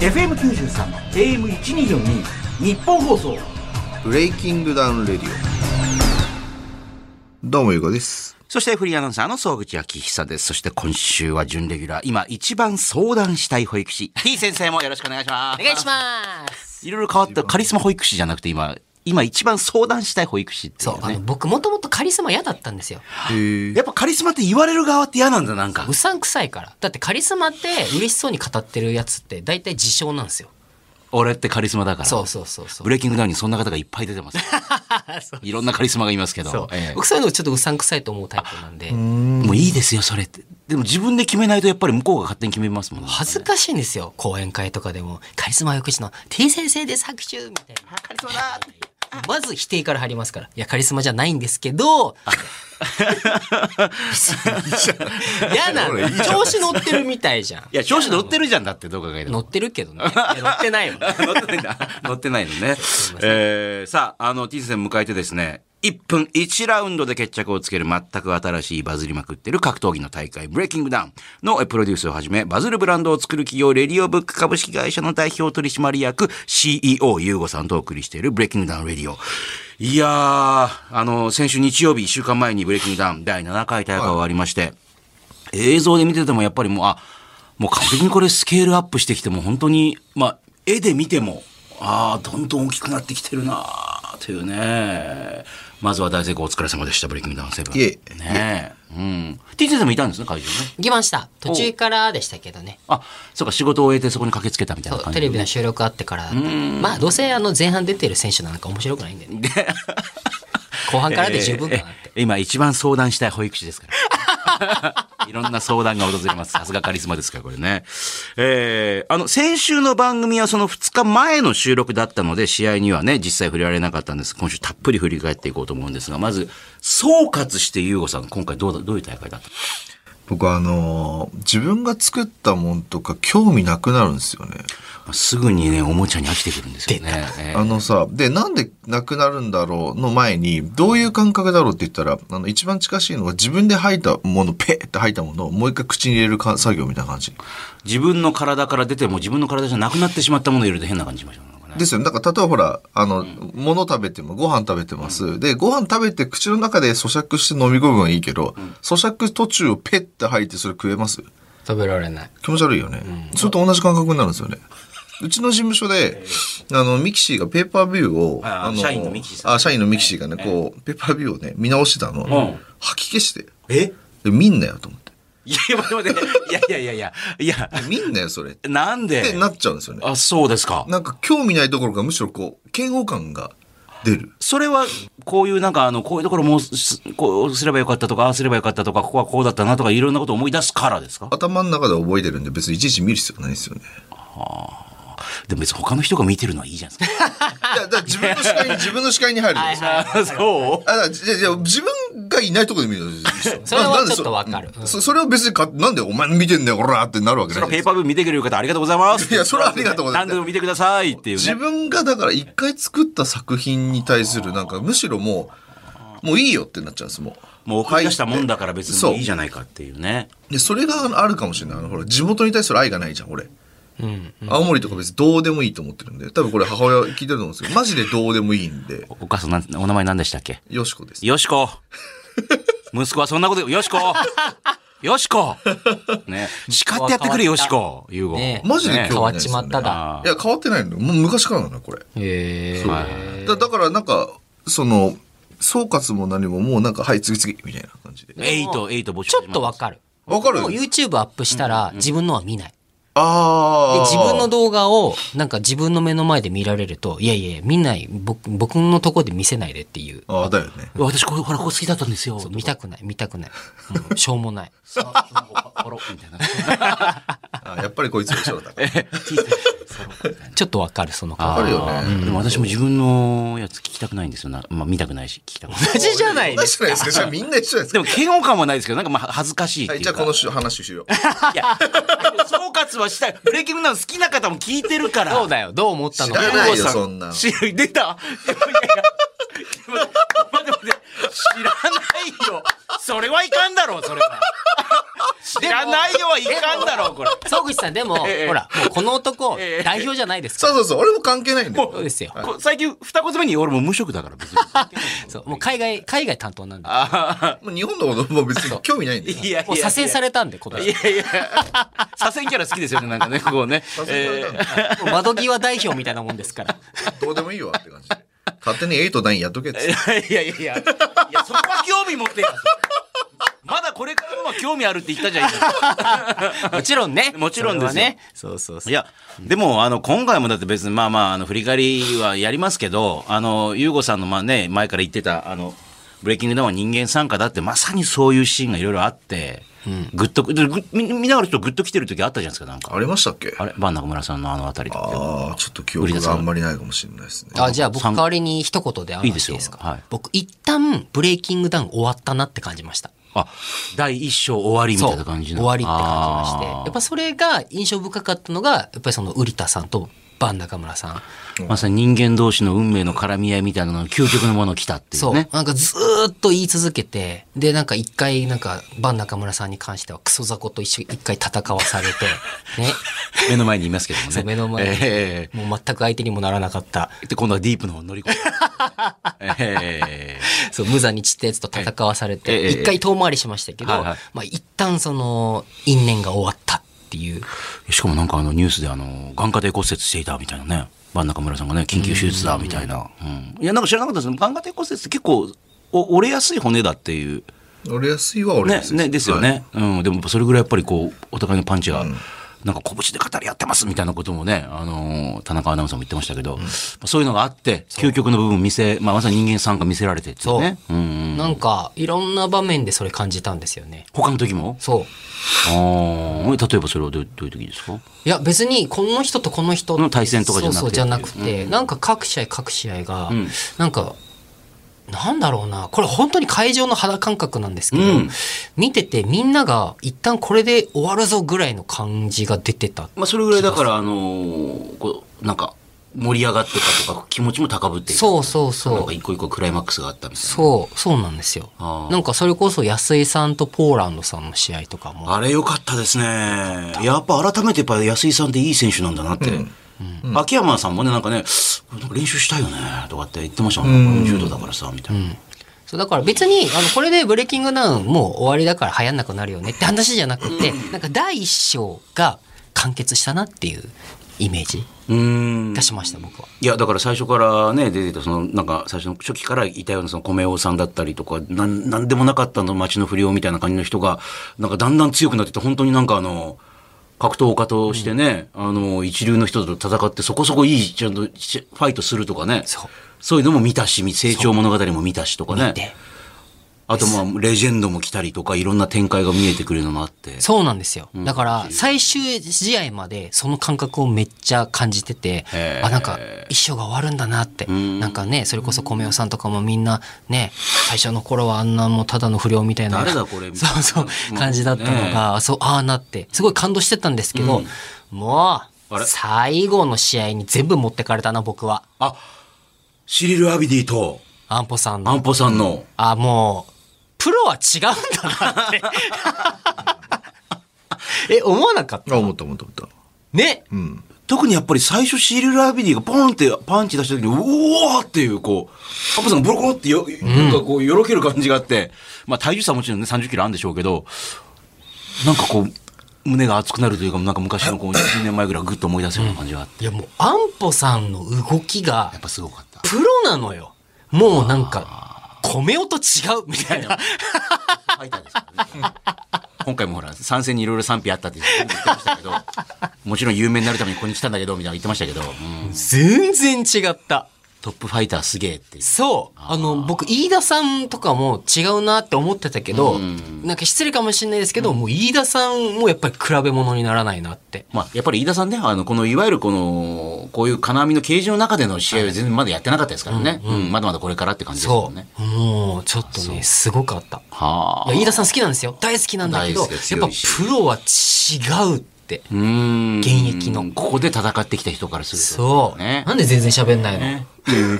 FM93 AM1242 日本放送ブレイキングダウンレディオどうもゆうこですそしてフリーアナウンサーの総口昭久です。そして今週は準レギュラー、今一番相談したい保育士、T 先生もよろしくお願いします。お願いします。いろいろ変わったカリスマ保育士じゃなくて今、今一番相談したい保育士っていうそう、あのね。僕もともとカリスマ嫌だったんですよ。やっぱカリスマって言われる側って嫌なんだ、なんかう。さんくさいから。だってカリスマって嬉しそうに語ってるやつって大体自称なんですよ。俺ってカリスマだから。そうそうそうそうブ。レイキングダウンにそんな方がいっぱい出てます。 いろんなカリスマがいますけそうど。ええ僕そういうのちょっとうさんくさいと思うタイプなんでもういいですよ、それって。でも自分で決めないとやっぱり向こうが勝手に決めますもんね。恥ずかしいんですよ講演会とかでも「カリスマ翌日の T 先生です拍手」みたいなカリスマだまず否定から入りますから「いやカリスマじゃないんですけ ど」嫌なの調子乗ってるみたいじゃんいや、調子乗ってるじゃんだって、どう考えても乗。ってるけどねいや乗ってないよね乗ってないん だ。乗ってないのね。えー、さあ、あの、T 戦迎えてですね、1分1ラウンドで決着をつける全く新しいバズりまくってる格闘技の大会、ブレイキングダウンのえプロデュースをはじめ、バズるブランドを作る企業、レディオブック株式会社の代表取締役、CEO、ユーゴさんとお送りしているブレイキングダウンレディオ。いやー、あの、先週日曜日、1週間前にブレイキングダウン第7回大会終わりまして、映像で見ててもやっぱりもうあもう確実にこれスケールアップしてきても本当にまあ絵で見てもああどんどん大きくなってきてるなあというねまずは大成功お疲れ様でしたブレイキングダウンセブンいえねえうん T 先生もいたんですね会場ね行きました途中からでしたけどねあそうか仕事を終えてそこに駆けつけたみたいなそう感テじレビの収録あってからまあどうせあの前半出てる選手なんか面白くないんでね後半からで十分かなって、えー今一番相談したい保育士ですから。 いろんな相談が訪れます。さすがカリスマですから、これね。えーあの、先週の番組はその2日前の収録だったので、試合にはね、実際触れられなかったんです。今週たっぷり振り返っていこうと思うんですが、まず、総括して優吾さん、今回どうだ、どういう大会だった僕はあのー自分が作ったもんとか興味なくなるんですよね、のすぐにね、おもちゃに飽きてくるんですよね。えーあのさでなんでなくなるんだろうの前にどういう感覚だろうって言ったらあの一番近しいのが自分で吐いたものペッって吐いたものをもう一回口に入れるか作業みたいな感じ自分の体から出ても自分の体じゃなくなってしまったものを入れると変な感じしましたねなんかね。ですよね。だから、例えばほら、あの、物食べても、ご飯食べてます。で、ご飯食べて口の中で咀嚼して飲み込むのはいいけど、咀嚼途中をペッて吐いてそれ食えます食べられない気持ち悪いよね。それと同じ感覚になるんで すよね。うちの事務所で、あの、ミキシーがペーパービューを、あの社員のミキシーさんあ、社員のミキシーがね、こう、ペーパービューをね、見直してたの。ん吐き消して、えで見んなよと思って。いや、待って待って。いやいやいやいや。いや、見んなよ、それ。っなんでてなっちゃうんですよね。あ、そうですか。なんか、興味ないどころか、むしろこう、嫌悪感が出る。それは、こういうなんか、あの、こういうところもうす、こうすればよかったとか、ああすればよかったとか、ここはこうだったなとか、いろんなことを思い出すからですか頭の中で覚えてるんで別にいちいち見る必要ない ですよね。でも別に他の人が見てるのはいいじゃないですか。いや、だから自分の視界に、自分の視界に入るんですよ。あ、 あそうだからじゃじゃ自分がいないところで見るんですよ。 それはなんでちょっとわかるうんそそれを別にか、なんでお前見てんだよ、こらってなるわけそなのいじペゃーパーブー見てくれる方ありがとうございます。いやそれはありがとうございます何度も見てくださいっていう自ね。分がだから一回作った作品に対する、なんかむしろもう、もういいよってなっちゃうんです、もう。もう送り出したもんだからはい別そうにいいじゃないかっていうね。で、それがあるかもしれない。あの、ほら、地元に対する愛がないじゃん、俺。青森とか別にどうでもいいと思ってるんで、多分これ母親聞いてると思うんですけど、マジでどうでもいいんで、お母さんなん、お名前何でしたっけよしこです。よしこ。息子はそんなこと、よしこ。よしこ。 ね。叱ってやってくれ、よしこ。ゆうご。ねマジでね興味変わないっですちよまねっただいや、変わってないのもう昔からなのよこれ。へえだだから、なんか、その、総括も何ももうなんか、はい、次々、みたいな感じで。エイト、エイト募集ちょっとわかるわかるもう YouTube アップしたら自分のは見ないあであ。自分の動画をなんか自分の目の前で見られるといやいや見ない僕僕のとこで見せないでっていうああ、だよね。私これほらここ好きだったんですよ。そう見たくない見たくないもうしょうもないポロみたいな。あ やっぱりこいつは一緒だったから。ちょっとわかるそのわか顔るよねあーでも私も自分のやつ聞きたくないんですよな。まあ見たくないし、聞きたくない。同じじゃない同でじすじゃないです か。じゃあみんな一緒じゃないですでか。も嫌悪感はないですけど、なんかまあ恥ずかしいってはいい、うか。じゃあこの週話しよう。いや、でも総括はしたい。ブレイキングダウン好きな方も聞いてるから。そうだよどう思ったの知らないよゆうごさそんなの知出た。いやいやいや待って待って待って知らないよ。それはいかんだろう、それは。知らないよはいかんだろ、これ。総口さんでも、ええほらもうこの男ええ代表じゃないですそかうそうそう、俺も関係ないんだよ。そうですよこ最近、二言目に俺もう無職だから別に。そうもう海外海外担当なんでもう日本のことも別に興味ないんだよ。いやいやもう左遷されたんで今い年やいや、左遷キャラ好きですよね、なんかね、ここね。誘われたんだもう窓際代表みたいなもんで すからどうでもいいわって感じで。勝手に8と9やっとけっつって。えーいやいやいや、いや、そこは興味持ってよ。まだこれからも興味あるって言ったじゃん、今もちろんねもちろんですよそれはねそうそうそういや、でも、あの、今回もだって別に、まあまあ、あの、振り返りはやりますけど、あの、ゆうごさんの、まあね、前から言ってた、あの、ブレイキングダウンは人間参加だって、まさにそういうシーンがいろいろあって、ぐっと、でぐみ見ながらちょっとぐっと来てる時あったじゃないですか、なんか。ありましたっけあれ、バン中村さんのあのあたりとかああ、ちょっと記憶があんまりないかもしれないですね。あじゃあ僕さん代わりに一言であいいいですよですかはい僕一旦ブレイキングダウン終わったなって感じましたあ、第一章終わりみそたういな終感じの。わりって感じましてあやーっぱそれが印象深かったのがやっぱりその瓜田さんとバン中村さんまさに人間同士の運命の絡み合いみたいなのの究極のもの来たっていそうう、ね。なんかずーっと言い続けてでなんか一回なんかバン中村さんに関してはクソ雑魚と一緒に一回戦わ されてね目の前にいますけどもそね。う目の前にえもう全く相手にもならなかったえで、今度はディープの方に乗り込む。ええ そう無残に散ったやつと戦わされええええて一回遠回りしましたけど、はいはいまあ、一旦その因縁が終わったっていうしかもなんかあのニュースであの、眼科で骨折していたみたいなね。真ん中村さんがね、緊急手術だみたいな。うんいや、なんか知らなかったですね。眼科で骨折って結構、お折れやすい骨だっていう。折れやすいは折れねや、すいね、ですよ。はいね。うん。でも、それぐらいやっぱりこう、お互いのパンチが、なんか拳で語り合ってますみたいなこともね、あのー田中アナウンサーも言ってましたけど、まあそういうのがあって、究極の部分見せ、まあ、まさに人間参加見せられてっていうね。うんうん。なんかいろんな場面でそれ感じたんですよね。他の時もそうああ。例えばそれはどうどういう時ですかいや別にこの人とこの人っての対戦とかじゃなくてそうそうじゃなくて、なんか各試合各試合が、んなんかなんだろうなこれ本当に会場の肌感覚なんですけど、うん見ててみんなが一旦これで終わるぞぐらいの感じが出てたまあ、それぐらいだから、あのーこう、なんか、盛り上がってたとか、気持ちも高ぶっていたそうそうそうなんか一個一個クライマックスがあったみたいな。そうそうなんですよあーなんかそれこそ安井さんとポーランドさんの試合とかもあれ良かったですね。やっぱ改めてやっぱ安井さんっていい選手なんだなって。秋山さんもね、なんかね、これなんか練習したいよね、とかって言ってましたもんね。これ柔道だからさ、みたいな。そうだから別にあのこれで「ブレイキングダウン」もう終わりだから流行んなくなるよねって話じゃなくてなんか第一章が完結したなっていうイメージうーんがしました僕は。いや、だから最初からね、出てた、その、なんか、最初の初期からいたような、その、米王さんだったりとか、なん、なんでもなかったの、町の不良みたいな感じの人が、なんか、だんだん強くなってって、本当になんか、あの、格闘家としてね、あの、一流の人と戦って、そこそこいい、ちゃんとし、ファイトするとかね。そうそういうのも見たし、成長物語も見たしとかね。であとまあレジェンドも来たりとかいろんな展開が見えてくるのもあって。そうなんですよだから最終試合までその感覚をめっちゃ感じててへーあなんか一生が終わるんだなってんなんかねそれこそ米尾さんとかもみんなね最初の頃はあんなもうただの不良みたいな誰だこれみたいそなう そう感じだったのが、そうああなってすごい感動してたんですけど、もあれう最後の試合に全部持ってかれたな僕はあ、シリル・アビディとアンポさんアのンポさんの。あもうプロは違うんだなって え思わなかったあ、思った思った思った。ねうん。特にやっぱり最初シリル・アビディがポンってパンチ出した時に、うおーっていうこう、アンポさんがボロボロってよ、なんかこうよろける感じがあって、まあ体重差もちろんね30キロあるんでしょうけど、なんかこう、胸が熱くなるというか、なんか昔の こう10年前ぐらいグッと思い出すような感じがあって。いやもうアンポさんの動きがやっぱすごかった。プロなのよもうなんか米尾と違うみたいなファイターですからね今回もほら参戦にいろいろ賛否あったって言ってましたけどもちろん有名になるためにここに来たんだけどみたいなの言ってましたけど、うん全然違ったトップファイターすげえっていうそうあの僕飯田さんとかも違うなって思ってたけど、なんか失礼かもしれないですけど、もう飯田さんもやっぱり比べ物にならないなってまあ、やっぱり飯田さんねあのこのいわゆるこのこういう金網のケージの中での試合は全然まだやってなかったですからね、うんまだまだこれからって感じですもそんう、ねもうちょっとねすごかったはあいや飯田さん好きなんですよ大好きなんだけど大好きやっぱ強いしプロは違うっって。うん現役のここで戦ってきた人からするとそう。ねなんで全然喋んないの、いやいや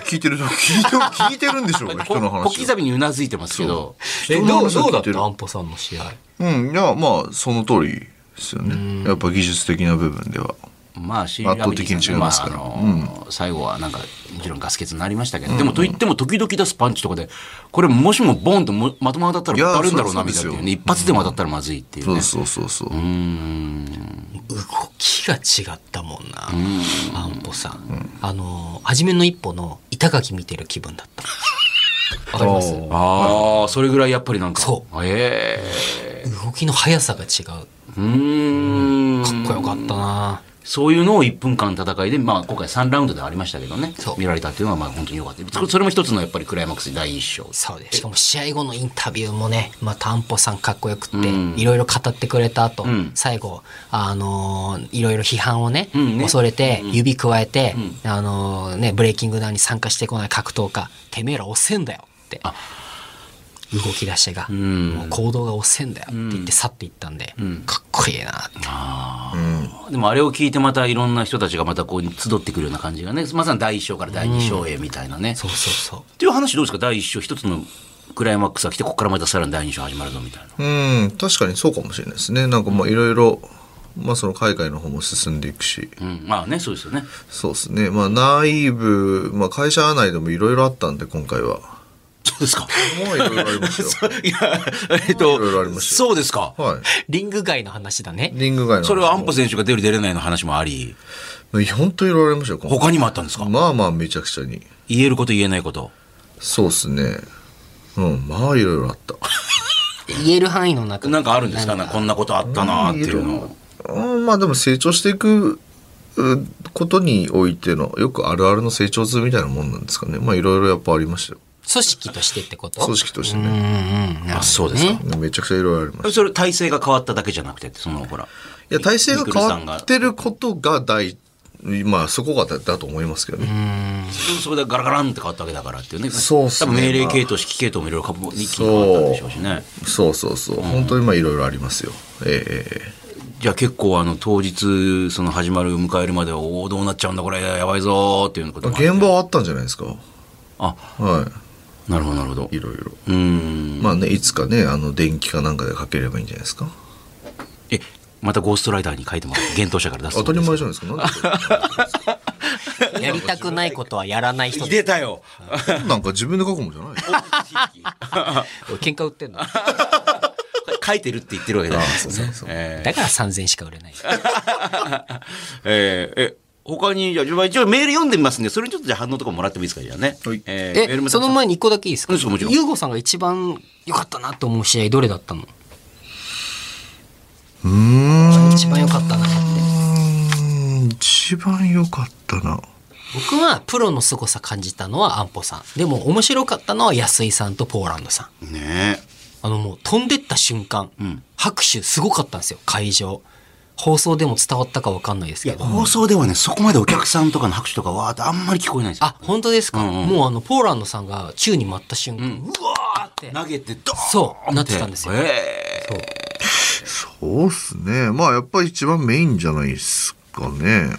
聞いてる聞いてる聞いてるん でしょうか人の小話を刻みにうなずいてますけどえ人のどう話をどう聞だっいてるたアンポさんの試合。うんいやまあその通りですよねやっぱ技術的な部分ではまあ、圧圧倒的に違いますからああの最後はなんかもちろんガス欠になりましたけど、でもといっても時々出すパンチとかでこれもしもボンともまとも当たったらい当やたるんだろうなそうみでたいすなよね、一発でも当たったらまずいっていうそねうそうそうそううーん動きが違ったもんな、アンポさん、あの初めの一歩の板垣見てる気分だ ったわかりますおーああそれぐらいやっぱりなんかそええ動きの速さが違ううーんかっこよかったなそういうのを1分間の戦いで、まあ、今回3ラウンドではありましたけどねそう見られたっていうのはまあ本当によかったそそれも一つのやっぱりクライマックス第一章そうですしかも試合後のインタビューもね、まあ、アンポさんかっこよくって、うんいろいろ語ってくれた後、ん最後あのーいろいろ批判をね,、うんね恐れて指加えて、うあのーねブレイキングダウンに参加してこない格闘家てめえら遅えんだよってあ動き出しが、んもう行動が遅えんだよって言って去っていったんで、かっこいいなってでもあれを聞いてまたいろんな人たちがまたこう集ってくるような感じがねまさに第一章から第二章へみたいなね、そうそうそうっていう話どうですか第一章一つのクライマックスが来てここからまたさらに第二章始まるぞみたいなうん確かにそうかもしれないですねなんかまあいろいろまあその海外の方も進んでいくしうんまあねそうですよねそうですねまあ内部まあ会社内でもいろいろあったんで今回はそうですかもういろいろあ りますよいやえっといろいろありますそうですか、はいリング外の話だねリング外の話もそれは安保選手が出る出れないの話もあり本当いろいろありましたよ今回他にもあったんですかまあまあめちゃくちゃに言えること言えないことそうですねうんまあいろいろあった言える範囲の中なんかあるんですかなんかこんなことあったなーっていうのうんまあでも成長していくうんことにおいてのよくあるあるの成長図みたいなもんなんですかねまあいろいろやっぱありましたよ組織としてってこと組織としてねうんうんあそうですかめちゃくちゃいろいろありましたいそれ体制が変わっただけじゃなくてそのほらや体制がニ変クルわっさんがてることが大まあそこがだだと思いますけどねそこでガラガランって変わったわけだからっていうねそうっすね多分命令系統指揮系統もいろいろかも一気に変わったんでしょうしねそうそうそう本当にまあいろいろありますよええええじゃあ結構あの当日その始まる迎えるまではおおどうなっちゃうんだこれやばいぞーっていうこともあって現場はあったんじゃないですかあはなるほどなるほどいいろいろうーんまあねいつかねあの電気かなんかでかければいいんじゃないですかえまたゴーストライダーに書いてもらって幻冬者から出す当たり前じゃゃないですかなんでやりたくないことはやらない人出たよそ れなんか自分で書くもんじゃないおい喧嘩売ってんの書いてるって言ってるわけだそうそうそうえーだから3000しか売れないえーえ他にじゃあまあ一応メール読んでみますんでそれにちょっとじゃあ反応とかもらってもいいですかじゃあねはいえーメールえもその前に1個だけいいですかうんそうもちろんユーゴさんが一番良かったなと思う試合どれだったのうーん一番良かったなって一番良かったな僕はプロの凄さ感じたのはアンポさんでも面白かったのは安井さんとポーランドさんねあのもう飛んでった瞬間、ん拍手すごかったんですよ会場放送でも伝わったかわかんないですいやけど放送ではねそこまでお客さんとかの拍手とかわーってあんまり聞こえないんですよあ本当ですか、うんうんもうあのポーランドさんが宙に舞った瞬間、うわーって投げてドーンそうなってたんですよえーそうっすねまあやっぱり一番メインじゃないですかね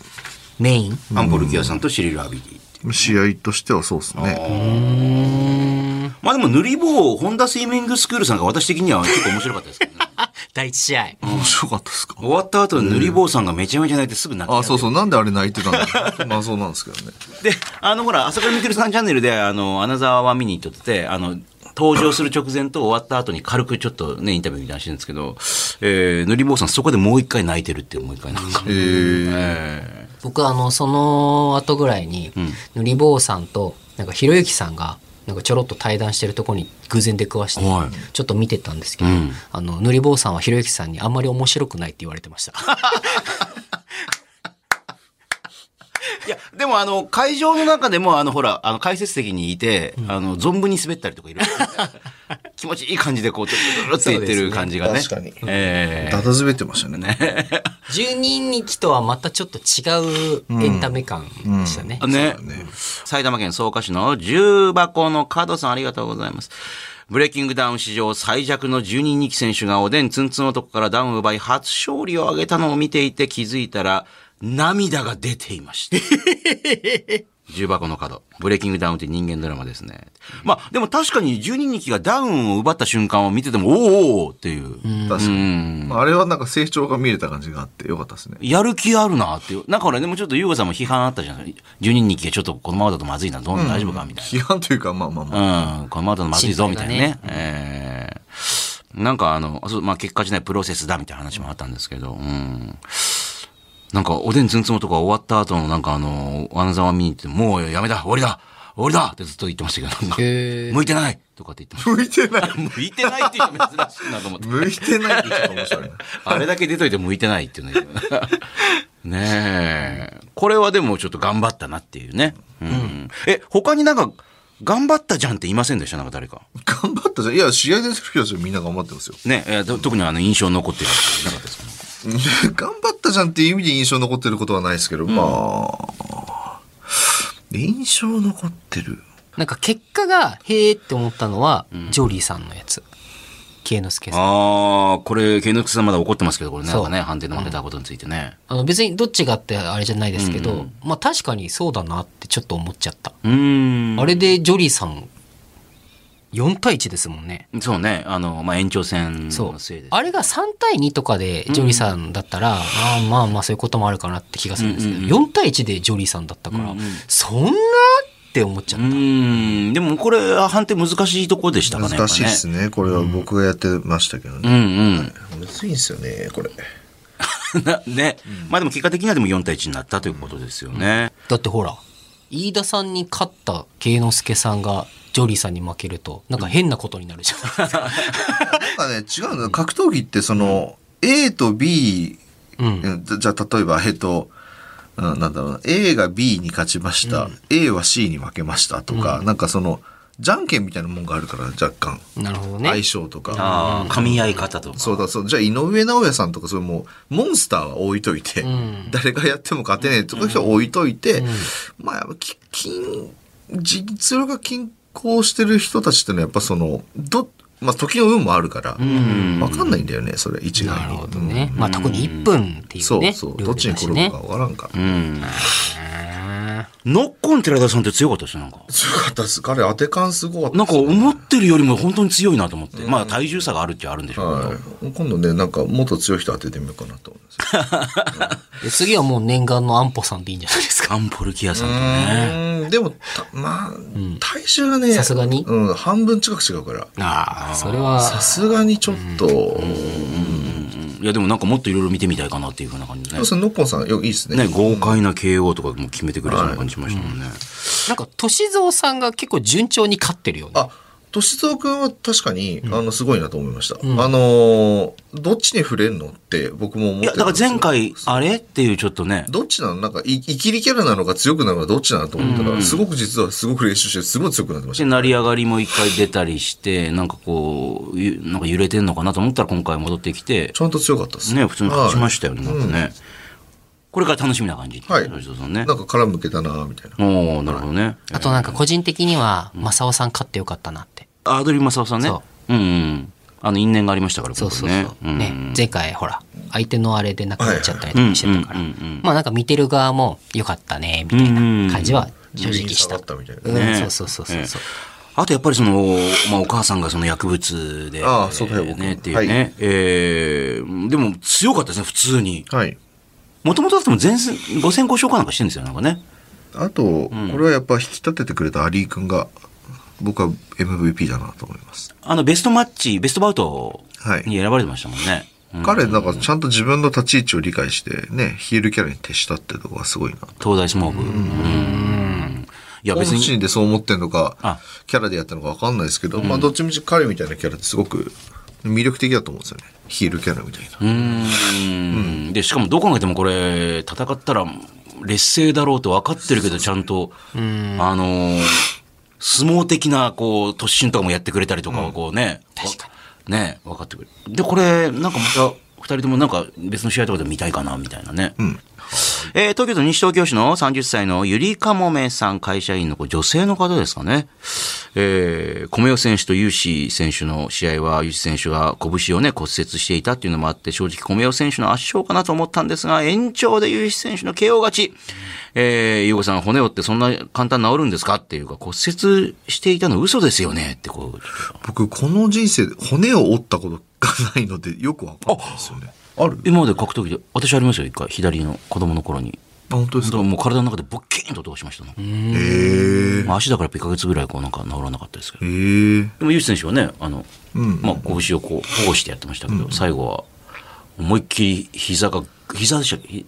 メインアンボルキアさんとシリル・アビディって試合としてはそうっすねまあでも塗り棒ホンダスイミングスクールさんが私的には結構面白かったですけどね 第一試合面白かったっすか終わった後塗り棒さんがめちゃめちゃ泣いてすぐ泣きあそううそうなんであれ泣いてたんだろう 謎なんですけどねであのほら朝倉未来さんチャンネルであのアナザーは見に行っとってあの登場する直前と終わった後に軽くちょっとねインタビューみたいなのしてるんですけど、えー、塗り棒さんそこでもう一回泣いてるっていうもう一回なんか、えー、え僕あのその後ぐらいに、のりぼうさんとなんかひろゆきさんがなんかちょろっと対談してるとこに偶然出くわしてはいちょっと見てたんですけど、うんあののりぼうさんはひろゆきさんにあんまり面白くないって言われて ました。ーいやでもあの会場の中でもあのほらあの解説席にいて、あの存分に滑ったりとかいろい ろ気持ちいい感じでこうちょっとって言ってる感じがねそうですね確かにえーだだ滑ってましたね12日とはまたちょっと違うエンタメ感でしたね。ね。埼玉県草加市の重箱の角さんありがとうございます。ブレイキングダウン史上最弱の12人期選手がおでんツンツン男からダウンを奪い初勝利を挙げたのを見ていて気づいたら涙が出ていました。重箱の角。ブレイキングダウンって人間ドラマですね。まあ、でも確かに12人期がダウンを奪った瞬間を見てても、おーおーっていう。確かに。まああれはなんか成長が見れた感じがあってよかったですね。やる気あるなっていう。なんかほら、でもちょっと優吾さんも批判あったじゃない12人期がちょっとこのままだとまずいな、どう大丈夫かみたいな。批判というか、まあまあまあ。うん、このままだとまずいぞ、心み配たいがなねね。えーなんかあの、あそうまあ、結果じゃないプロセスだみたいな話もあったんですけど、うん。なんか、おでんつんつんとか終わった後の、なんかあの、穴沢見に行って、もうやめだ、終わりだ、終わりだってずっと言ってましたけど、なんかへー向いてないとかって言ってまし向いてない。た。 向いてないっていう人珍しいなと思って。向いてないってちょっと面白いね。 あれだけ出といて向いてないっていうのが ねえ。これはでもちょっと頑張ったなっていうね。うん。え、他になんか、頑張ったじゃんって言いませんでしたなんか誰か。頑張ったじゃん。いや、試合で出る人たちはみんな頑張ってますよ。ね、えーと特にあの印象に残ってるやつなかったですかね 頑張ったじゃんっていう意味で印象に残ってることはないですけど、まあ、印象に残ってる。なんか結果が、へえって思ったのは、ジョーリーさんのやつ。慶之助さん。ああ、これ、ケイノクさんまだ怒ってますけど、これね、そうなんかね判定の負けたことについてね。あの別にどっちがってあれじゃないですけど、まあ確かにそうだなってちょっと思っちゃった。うーん。あれでジョリーさん、4対1ですもんね。そうね、あの、まあ、延長戦そうのせいで。あれが3対2とかでジョリーさんだったら、ああまあまあそういうこともあるかなって気がするんですけど、4対1でジョリーさんだったから、そんなって思っちゃっうーん、でもこれ、判定難しいとこでしたかね。難しいですね。ね。これは僕がやってましたけどうね。んむずいんですよね、これ。うん。な ね。まあでも結果的にはでも4対1になったということですよね。だってほら飯田さんに勝った慶之助さんがジョリーさんに負けるとなんか変なことになるじゃなん。んかね、違うの。格闘技って、その、A と B、うんじゃあ、例えば、えっと、うんなんだろうな、A が B に勝ちました、A は C に負けましたとか、なんかその、じゃんけんみたいなもんがあるから、若干。なるほど相ね。性とか。ああ、噛み合い方とか。そうだそうじゃあ井上尚弥さんとかそれもうモンスターは置いといて、ん誰がやっても勝てねえとか人は置いといて、まあやっぱき金実力が均衡してる人たちってのはやっぱそのど、まあ、時の運もあるから、わかんないんだよねそれ一概に。なるほどね。まあ特に1分っうんていうそうね。そう、ルどーっルちにだし転ぶねか。わからんから、うん。ノッコン寺田さんって強かったですね、なんか。強かったです彼当て感すごかったなんか思ってるよりも本当に強いなと思って。まあ体重差があるっちゃあるんでしょうけど。はい、今度ねなんかもっと強い人当ててみようかなと思いますで次はもう念願の安保さんでいいんじゃないですガンポルキアさんとね。うんでもたまあ、体重がねさすがにうん、半分近く違うからか。ああ、それはさすがにちょっと、いやでもなんかもっといろいろ見てみたいかなっていうふうな感じね要。するにノッポンさんよいいですねね、豪快な KO とかも決めてくれそうな感じしましたもんね。なんか歳三さんが結構順調に勝ってるよね。あ歳三君は確かに、あのすごいなと思いました、あのーどっちに触れるのって僕も思っいてや、だたんかでら前回、すよあれっていうちょっとね。どっちなのなんかい生きりキャラなのか強くなるのかどっちなのと思ったら、すごく実はすごく練習してすごい強くなってましで、た成り上がりも一回出たりして、なんかこう、ゆなんか揺れてんのかなと思ったら今回戻ってきて、ちゃんと強かったですね、普通に勝ちましたよね、はないんかね。これから楽しみな感じ。はい吉田さんうねん。なんか殻むけたなみたいなおーなるほどね。あとなんか個人的には正雄さん勝ってよかったなって。アドリブマサオさんねそ。うんうん。あの、因縁がありましたから、そ今うそう回そね。う。んね、前回ほら、相手のあれでなくなっちゃったりとかしてたからうんうんうんうん。まあなんか見てる側も良かったね、みたいな感じは正直し下た。がったみたいな、うん、ねそうそうそうそうそう。あとやっぱりその、まあ、お母さんがその薬物で、ああそうだよ僕ね、っていうね、はいえーでも強かったですね、普通に。はいもともとだっても前線、5戦5勝かなんかしてるんですよ、なんかね。あと、これはやっぱ引き立ててくれたアリー君が僕は MVP だなと思います、あの、ベストマッチ、ベストバウトはいに選ばれてましたもんね。うん彼なんかちゃんと自分の立ち位置を理解してねヒールキャラに徹したってとこがすごいな東大スモーク。うんいや、本別に。心でそう思ってんのあかキャラでやったのか分かんないですけど、まあどっちみち彼みたいなキャラってすごく魅力的だと思うんですよねヒールキャラみたいな、うんで、しかもどう考えてもこれ、戦ったら劣勢だろうと分かってるけど、ちゃんと、あのー相撲的な、こう、突進とかもやってくれたりとかは、こうね、確かね、分かってくれる。で、これ、なんかまた、二人ともなんか別の試合とかでも見たいかな、みたいなね。うんえー東京都西東京市の30歳のゆりかもめさん、会社員の子女性の方ですかね。えー、米尾選手とユーシー選手の試合は、ユーシー選手は拳をね、骨折していたっていうのもあって、正直米尾選手の圧勝かなと思ったんですが、延長でユーシー選手の KO 勝ち。えー、ゆうごさん、骨折ってそんな簡単に治るんですかっていうか、骨折していたの嘘ですよねってこう。僕、この人生で骨を折ったことがないので、よくわかんないですよね。ある今まで格闘技で、私ありますよ、一回、左の子供の頃に。あ、本当ですそれかはもう体の中でボッキーンと音がしましたね。へえ。まあ、足だから1ヶ月ぐらいこうなんか治らなかったですけど。へえ。でも、ユース選手はね、あの、うんまあ、拳をこう保護してやってましたけど、最後は、思いっきり膝が、膝でしたっけひ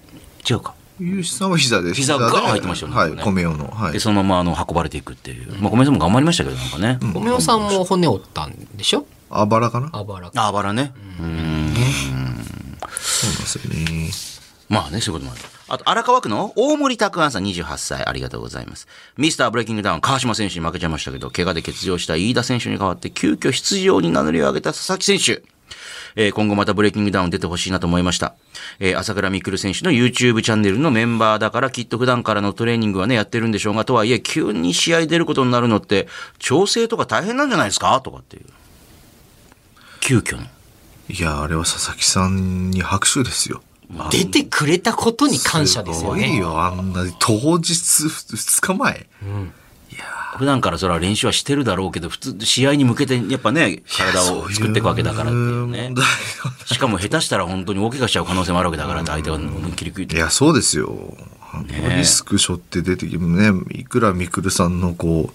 違うか。ゆうしさんは膝で膝がガーン入ってましたよねは、ないんかね米用の。はいで、。そのままあの運ばれていくっていう。まあ、ごめんなさい、も頑張りましたけど、なんかね。米尾さんも骨折ったんでしょあばらかなあばら。あばらね。うんそうなんですよね。まあね、そういうこともある。あと、荒川区の大森拓安さん28歳、ありがとうございます。ミスターブレイキングダウン、川島選手に負けちゃいましたけど、怪我で欠場した飯田選手に代わって、急遽出場に名乗りを上げた佐々木選手。えー今後またブレイキングダウン出てほしいなと思いました。えー朝倉未来選手の YouTube チャンネルのメンバーだから、きっと普段からのトレーニングはね、やってるんでしょうが、とはいえ、急に試合出ることになるのって、調整とか大変なんじゃないですかとかっていう。急遽の。いや、あれは佐々木さんに拍手ですよ。出てくれたことに感謝ですよごいね。よ、あんな、当日、2日前。普段からそれは練習はしてるだろうけど、普通、試合に向けてやっぱね、体を作っていくわけだからっていうね問。題しかも下手したら本当に大怪我しちゃう可能性もあるわけだからって相手が思いっきり食いいや、そうですよ。あのリスク背負って出てきてね、いくらみくるさんのこ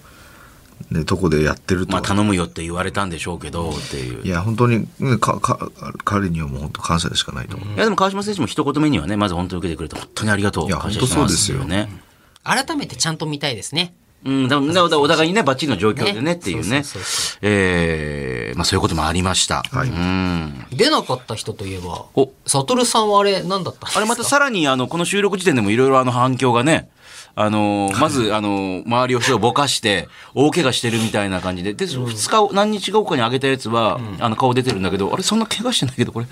う、ね、とこでやってるとまはあ頼むよって言われたんでしょうけどっていう。いや、本当に、ね、か、か、彼にはもう本当感謝でしかないと思う。いやでも川島選手も一言目にはね、まず本当に受けてくれて本当にありがとう。いや感謝してま本当そうすですよっていうね。改めてちゃんと見たいですね。うん、だからだからお互いにね、バッチリの状況でねねっていうねそうそうそう。えーまあそういうこともありました。うん。出なかった人といえばお、サトルさんはあれ何だったんですあかれまたさらにあのこの収録時点でもいろいろあの反響がね、あのまずあの周りを人をぼかして大怪我してるみたいな感じで、で2日を何日後かに上げたやつはあの顔出てるんだけど、あれそんな怪我してないけどこれ、あ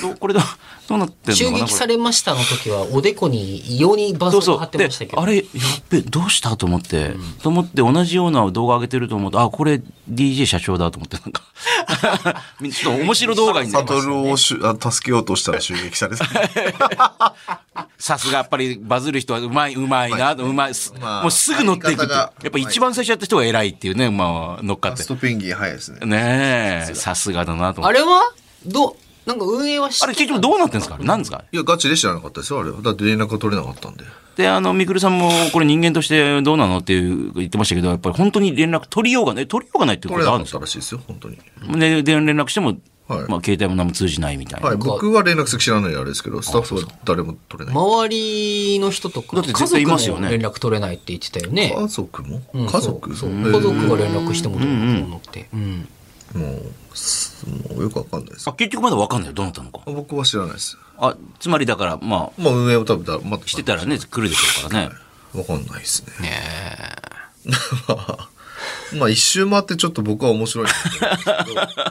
どこれどどうなってんの襲かなこ撃れされましたの時はおでこに異様にバンそドうそが貼っう。てでましたけ、どあれ、やっべ、どうしたと思って、と思って、同じような動画上げてると思うと、あ、これ、DJ 社長だと思って、なんか、ちょっと面白動画になサりまトしたルをしゅあ助けようとしたら襲撃さ れた。さすがやっぱりバズる人はうまいうまいなうまいすまあもうすぐ乗っていくっていうや相方がっぱ一番最初やった人が偉いっていうねまあ乗っかっラスてトペンギン早いですね。ねえさすがだなと思あってれはどうなんか運営はあれ結局どうなってんですかあれ何ですかいや、ガチで知らなかったですよ、あれは。だって連絡が取れなかったんで。であのみくるさんもこれ人間としてどうなのっていう言ってましたけどやっぱり本当に連絡取りようがない取りようがないっていう取これとながあるんかっですたよらしいですよ、本当に。でで連絡しても、はいまあ、携帯も何も通じないみたいな、はい、僕は僕は連絡先知らないあれですけど、スタッフは誰も取れない。周りの人とかだって家絶族対いもますよね連絡取れないって言ってたよね家族も、うん家族そうそうへ家ー族が連絡しても取れないものってうんもうす、もうよくわかんないですあ。結局まだ分かんないよどうなったのか僕は知らないです。あつまりだからまあまあ運営を多分だ、またしてたらね来るでしょうからねわかんないですね。ね まあ一周回ってちょっと僕は面白いと思うんですけど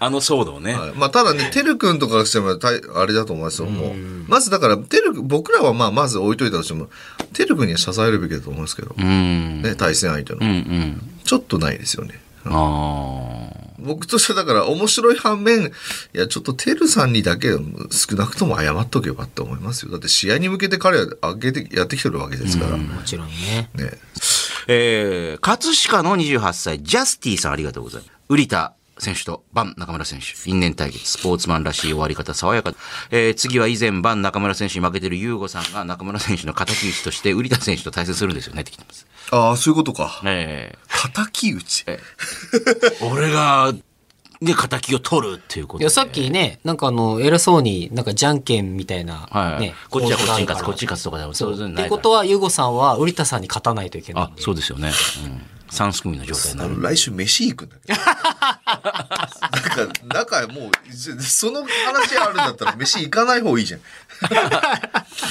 あの騒動ね、はいまあただね、てるくんとかからしても大あれだと思いますよ、もう。まずだから、てる、僕らはまあまず置いといたとしても、てるくんには謝罪るべきだと思うんですけど、うんね、対戦相手の。うんうんちょっとないですよね。あ僕としてはだから面白い反面、いや、ちょっとテルさんにだけ少なくとも謝っとけばって思いますよ。だって試合に向けて彼は上げてやってきてるわけですから。ね。もちろんねえー、葛飾の28歳、ジャスティさんありがとうございます。ウリタ選手とバン中村選手、因縁対決、スポーツマンらしい終わり方、爽やか。えー、次は以前バン中村選手に負けてるユーゴさんが中村選手の敵討ちとして、ウリタ選手と対戦するんですよねって聞いてます。ああ、そういうことか。え敵討ち。ー、俺が、で、敵を取るっていうこといやさっきねなんかあの偉そうになんかじゃんけんみたいなはい、ねこっちはこっちに構図が勝あるかつ、らこっちに勝つとかでも、そういうっのてないかこらとはユーゴさんは瓜田さんに勝たないといけないあん、でそうですよね。うん。三すくみの状態になある。の来週飯行くんだけど。なんか、仲もう、その話あるんだったら飯行かない方がいいじゃん。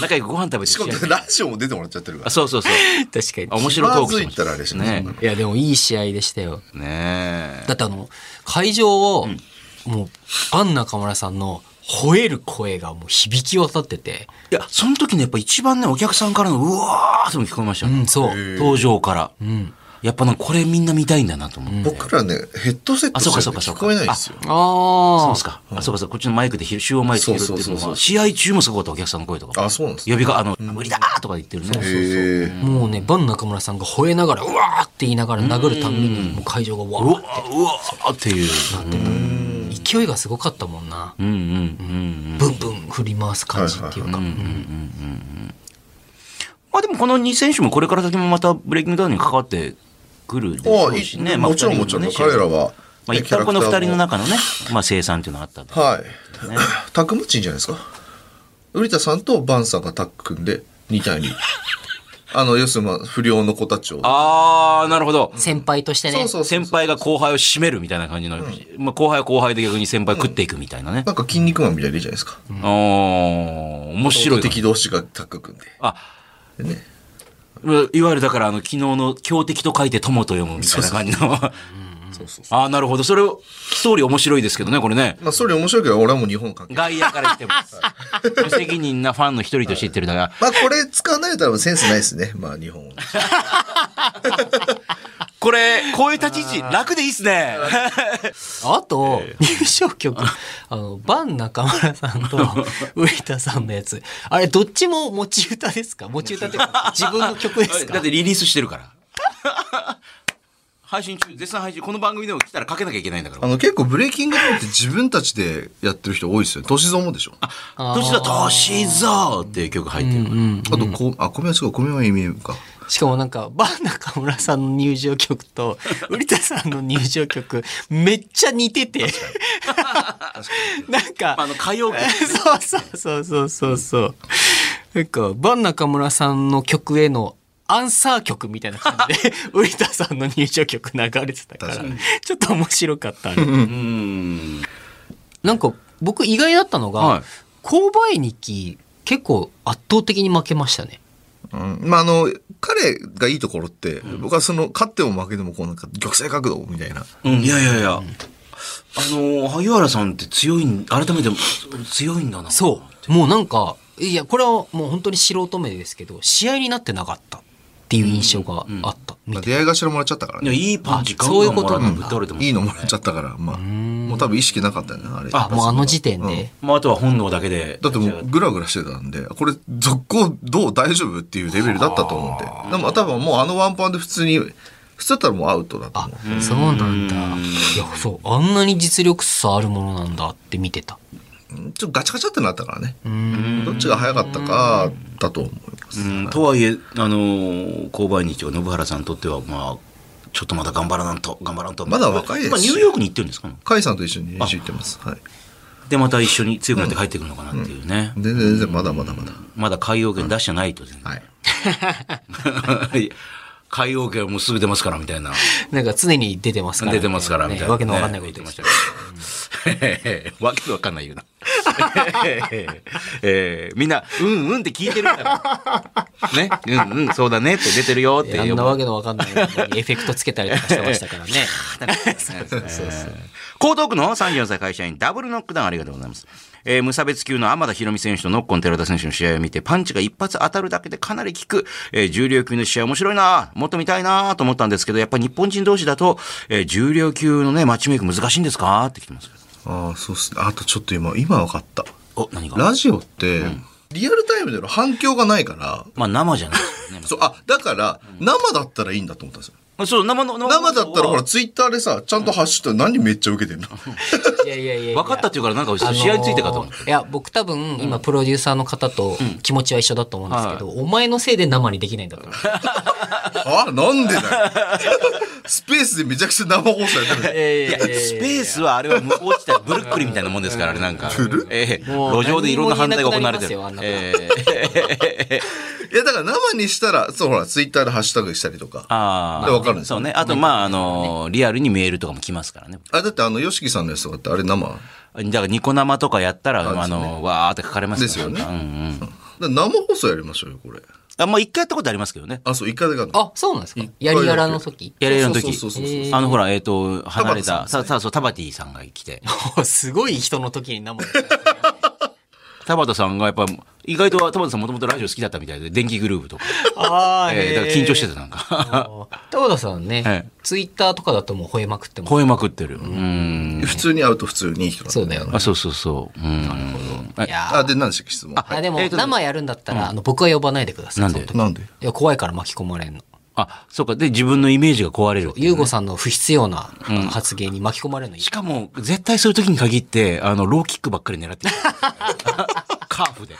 仲良くご飯食べてしかも試合ラジオも出てもらっちゃってるかあ、ら。そうそうそう。確あかに面白いトーク気まずいったらあれしないねいやでもいい試合でしたよねえ。だってあの会場を、もうバン中村さんの吠える声がもう響き渡ってて、いや、その時ね、やっぱ一番ね、お客さんからの、うわーっても聞こえましたうね。ん、そう。登場から。やっぱなんかこれみんな見たいんだなと思って。僕らね、ヘッドセットあ、そうかしそうてかそう聞か。こえないんですよ。あそうあですか。あ、そうかそうか。こっちのマイクで拾、集音マイクで拾ってるそうそうそうのそは、う試合中もすごかったお客さんの声とか。あ、そうなんですね呼びが、あの、無理だーとか言ってるね。へあ。え。もうね、バン中村さんが吠えながら、うわーって言いながら殴るたんびに、もう会場がうわわーうわーっていう。ー、勢いがすごかったもんな。うんうんうん。ブンブン振り回す感じっていうか。うんまあでもこの2選手もこれから先もまたブレイキングダウンに関わってくるでしょあうしね。いまあもちろんもちろん、彼ら。は。まあね一旦この2人の。キャラ中クのね、まあ生産っていうのがあったんでターもはい。 タッグマッチいいんじゃないですか。ウリタさんとバンさんがタッグ組んで、2対2。あの、要するにまあ、不良の子たちを。あー、なるほど。先輩としてそねう。そうそう先輩が後輩を締めるみたいな感じの、まあ後輩は後輩で逆に先輩食っていくみたいなね。なんか筋肉マンみたいでいいじゃないですか。あー、面白いな。敵同士がタッグ組んで。あ、でね。いわゆるだからあの昨日の強敵と書いて友と読むみたいな感じの。そうそう そあー、なるほど。それを、ストーリー面白いですけどね、これねう。。まあ、それ面白いけど、俺はもう日本の関係。外野から来てます。無責任なファンの一人として言ってるだが、まあ、これ使わないと多分センスないですね。まあ、日本は。これ、こういう立ち位置、楽でいいっすね。あと、優勝曲、あの、バン中村さんと、ウリタさんのやつ。あれ、どっちも持ち歌ですか持ち歌っていうか、自分の曲ですだかってリリースしてるから。 配信中、絶賛配信、この番組でも来たらかけなきゃいけないんだか あら。の、結構ブレイキングダウンって自分たちでやってる人多いですよね。年相もでしょ。ああーどっちだ、としぞーっていう曲入ってるから。と、こあ、米は違う、米は MM か。しかもなんか、バン中村さんの入場曲と、ウリタさんの入場曲、めっちゃ似てて。 なんか、あの、歌謡曲。そうそうそうそうそうそう。なんか、バン中村さんの曲へのアンサー曲みたいな感じで、ウリタさんの入場曲流れてたから、ちょっと面白かった。あれうん。なんか、僕意外だったのはいが、購買日記、結構圧倒的に負けましたね。うん。まあ、あの、彼がいいところって、僕はその、勝っても負けても、こうなんか、玉砕角度みたいな。うん、いやいやいや。あの、萩原さんって強いん、改めて強いんだな。そう。もうなんか、いや、これはもう本当に素人目ですけど、試合になってなかったっていう印象があった。まあ、出会い頭もらっちゃったからいや、ね。いいパンチ、あガンガンそういうこもとらなっんてぶだっ倒れてますいいのもらっちゃったから、まあ、もう多分意識なかったよね、あれ。あもうあの時点で。まあ、あとは本能だけで。だってもうグラグラしてたんで、これ続行どう大丈夫っていうレベルだったと思うんで。でも多分もうあのワンパンで普通に、普通だったらもうアウトだとあ思う。、そうなんだ。いや、そう、あんなに実力差あるものなんだって見てた。うんちょっとガチャガチャってなったからね。うん。どっちが早かったかだと思います。うんとはいえ、あのー購買日は信原さんにとっては、まあ、ちょっとまだ頑張らなんと、頑張らんと。まだ若いですし今、ニューヨークに行ってるんですかね甲斐さんと一緒に練習行ってます。はい。で、また一緒に強くなって帰ってくるのかなっていうね。全然全然まだまだまだ。まだ海洋券出してないと、全然。はい。 海洋券はもうすぐ出ますから、みたいな。なんか常に出てますから。出てますから、みたいな、ねわけのわかんないことね言言っっててままししたた。けど。わけのわかんない言うな。 えーみんな、うんうんって聞いてるんだから。ね。うんうん、そうだねって出てるよってあ呼ぶんなわけのわかんないエフェクトつけたりとかしてましたからね。 江東区の34歳会社員、ダブルノックダウンありがとうございます。えー無差別級の天田博美選手とノッコン寺田選手の試合を見て、パンチが一発当たるだけでかなり効く、えー重量級の試合面白いなもっと見たいなと思ったんですけど、やっぱ日本人同士だと、えー重量級のね、マッチメイク難しいんですかって来てますけああ、そうっすね。あとちょっと今、今分かった。ど。お、何がラジオって、リアルタイムでの反響がないから、。まあ生じゃないですねそう、あ、だから、生だったらいいんだと思ったんですよ。 まあそう、生の、生だったらほら、ツイッターでさ、ちゃんとハッシュタグ何めっちゃ受けてんの いやいやいやいや分かったっていうからなんか試合についてかと思っあてのーいや僕多分今プロデューサーの方と気持ちは一緒だと思うんですけど、お前のせいで生にできないんだと思うあ、なんでだよ。 スペースでめちゃくちゃ生放送やってる。いいや、スペースはあれはもう落ちたブルックリンみたいなもんですから、あれなんか。ええもう路上でいろんな反対が行われてる何も。言えええいや、だから生にしたら、そうほら、ツイッターでハッシュタグしたりとか。ああ。 でわかるんですそようね。あと、まあ、あの、リアルにメールとかも来ますからね。あれだってあの、ヨシキさんのやつとかってあれ生だかだから、ニコ生とかやったら、ああの、わーって書かれますですよねなんかうんうん。ら生放送やりましょうよ、これ。あ、まあ一回やったことありますけどね。あ、そう、一回だけあるのあ、そうなんですか一。回やだけりやらの時。やれやの時そうそうそうそうへーあのほら、えっ、と、離れた、タバティさんさ、さ、そう、タバティさんが来て。すごい人の時に生で。田畑さんがやっぱ意外と田畑さんもともとラジオ好きだったみたいで電気グループとか,、あえーだから緊張してたな。なんか田畑さんはねい、ツイッターとかだともう吠えまくってます。吠えまくってるうん普通に会うと普通にいい人なんそうだよねあ。そうそうそううんなるほどいやーあ、で、何でしたっけ、質問。あ、でもえーと生やるんだったら、あの僕は呼ばないでください。なんでその時なんでいや怖いから巻き込まれんの。あそうかで自分のイメージが壊れるっていうユーゴさんの不必要なあの発言に巻き込まれるのしかも絶対そういう時に限ってあのローキックばっかり狙ってくるカーフで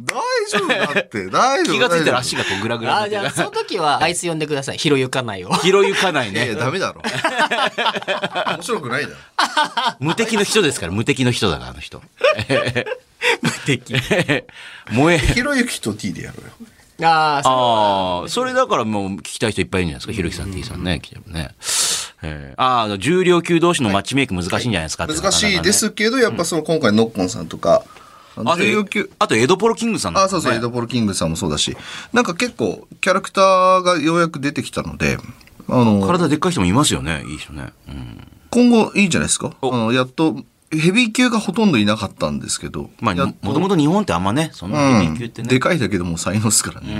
大丈夫だ って、大丈夫。気がついたら大丈足がこうグラグあラあ、にじなゃっあ、てその時は、あいつ呼んでくだ さい。ひろゆかないを。拾い行かない夫。いや、ねダメ だろ。面白くないだろ。無敵の人ですから無敵の人だからあの人 無敵 萌えひろゆきと T でやろうよ。ああ、ああ、それだからもう聞きたい人いっぱいいるんじゃないですか。ひろゆきさん、T さんね、来てもね。えー、ああ、重量級同士のマッチメイク難しいんじゃないですかって難しいで。すけど、やっぱその今回ノッコンさんとか、あなかなかのね重あ量と級、、あと、エドポロキングさんあ、そうそう、エエドポルキングさんもそうだし、なんか結構キャラクターがようやく出てきたので、あの、体でっかい人もいますよね。いい人ね。うん。今後いいんじゃないですか。あの、やっと、ヘビー級がほとんどいなかったんですけど、まあ、やもっとともと日本ってあんまね、そんなヘビー級ってでね。かいだけでもう才能ですからね。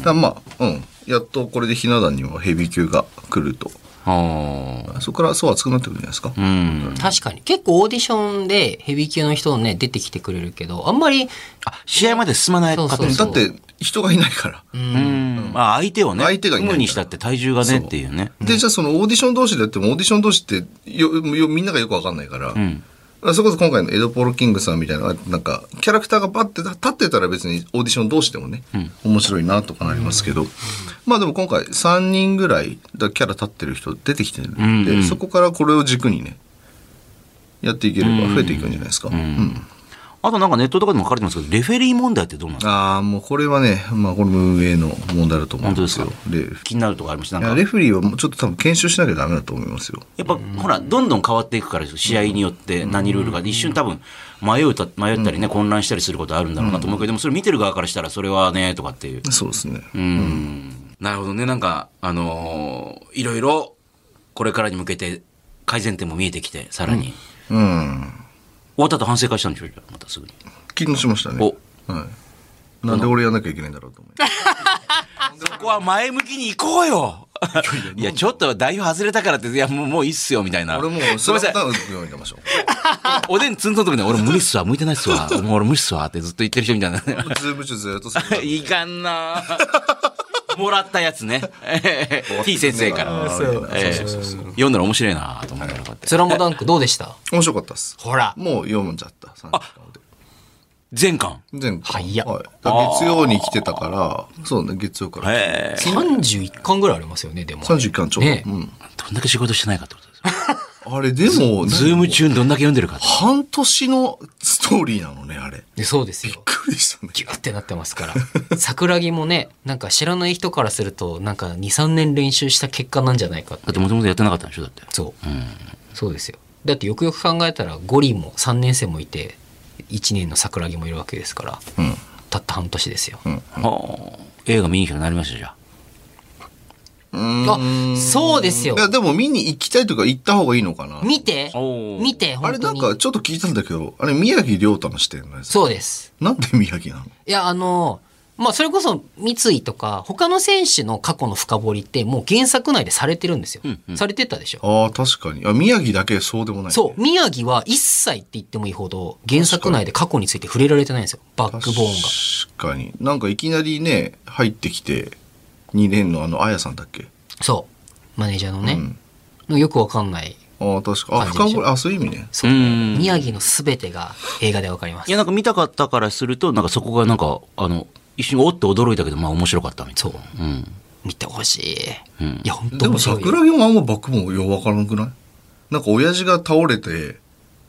だからまあ、うん。やっとこれでひな壇にはヘビー級が来ると。ああ。そこからそう熱くなってくるんじゃないですか。うん。確かに。結構オーディションでヘビー級の人ね、出てきてくれるけど、あんまり、あ、試合まで進まないかったそうそだうって人がいないから。うん。まあ、相手をね、相手がいないから組むにしたって体重がねっていうね。で、じゃあそのオーディション同士でやっても、オーディション同士ってよよみんながよくわかんないから、んそれこそ今回のエド・ポール・キングさんみたいな、なんか、キャラクターがバッて立ってたら別にオーディション同士でもね、面白いなとかなりますけど、まあでも今回3人ぐらいだキャラ立ってる人出てきてるんで、んうんそこからこれを軸にね、やっていければ増えていくんじゃないですか。うんあとなんかネットとかでも書かれてますけど、レフェリー問題ってどうなんですかああ、もうこれはね、まあこれも運営の問題だと思う本ん当でですすよか。で気になるとこありました。いなんやかレフェリーはもうちょっと多分研修しなきゃダメだと思いますよ。やっぱ、ほらどんどん変わっていくから試合によって何ルールか、一瞬多分迷うた迷ったりね、混乱したりすることあるんだろうなと思うけど、でもそれ見てる側からしたらそれはねとかっていう、そうですね。うんなるほどねなんかあのーいろいろこれからに向けて改善点も見えてきてさらに、終うん。わったと反省会したんでしょじゃあまたすぐに気にしましたね。はい。なんで俺やんなきゃいけないんだろうと思って。そこは前向きに行こうよいやちょっと代表外れたからっていやもうもういいっすよみたいな俺もう、すいませんダウン読みましょ おでんつんつんときに俺無理っすわ向いてないっすわもう俺無理っすわってずっと言ってる人みたいなう。ズーム中ずっとそ れいかんな もらったやつ ね。T 先生 から。あーみたいなえそうーそうそう読んだら面白いなと思ったらこうやってスラムダンクどうでした面白かったっす。ほら。もう読むんじゃった。3時間で。全巻。全部。早っはいだから月曜に来てたから、そうね、月曜から。ええ。 31巻ぐらいありますよね、でも。 30巻ちょうねど。うんどんだけ仕事してないかってことですよ。あれ、でも、ズーム中にどんだけ読んでるかって。半年のストーリーなのね、あれ。びっでそうですよ。くりしたね。ギュってなってま すから。桜木もね、なんか知らない人からすると、なんか2、3年練習した結果なんじゃないかってだってもともとやってなかったんでしょだって。そう、んそうですよだってよくよく考えたらゴリも3年生もいて1年の桜木もいるわけですから、んたった半年ですよ、はあ。映画見に行くようになりましたじゃあ。あそうですよいや、でも見に行きたいとか行った方がいいのかな。見ておー見てあ本れ当なにんかちょっと聞いたんだけど、あれ宮城亮太の視点のやつ。そうですなんで宮城なのいやあのまあそれこそ三井とか他の選手の過去の深掘りってもう原作内でされてるんですよ、されてたでしょああ、確かに。あ、宮城だけそうでもない、そう宮城は一切って言ってもいいほど原作内で過去について触れられてないんですよバックボーンが確かに。なんかいきなりね、入ってきて、2年のあの、あやさんだっけそうマネージャーのね、よくわかんないああ、確か。あ、感じ深でしょ掘り、あ、そういう意味ね。そううん宮城のすべてが映画でわかりまいす。やなんか見たかったからすると、なんかそこがなんか、あの、一瞬おって驚いたけど、まあ面白かったみたいな。そう。ん。見てほしい。んいや、本で当も面白いよ。桜木もあんまバックボーンようわからなくないなんか親父が倒れて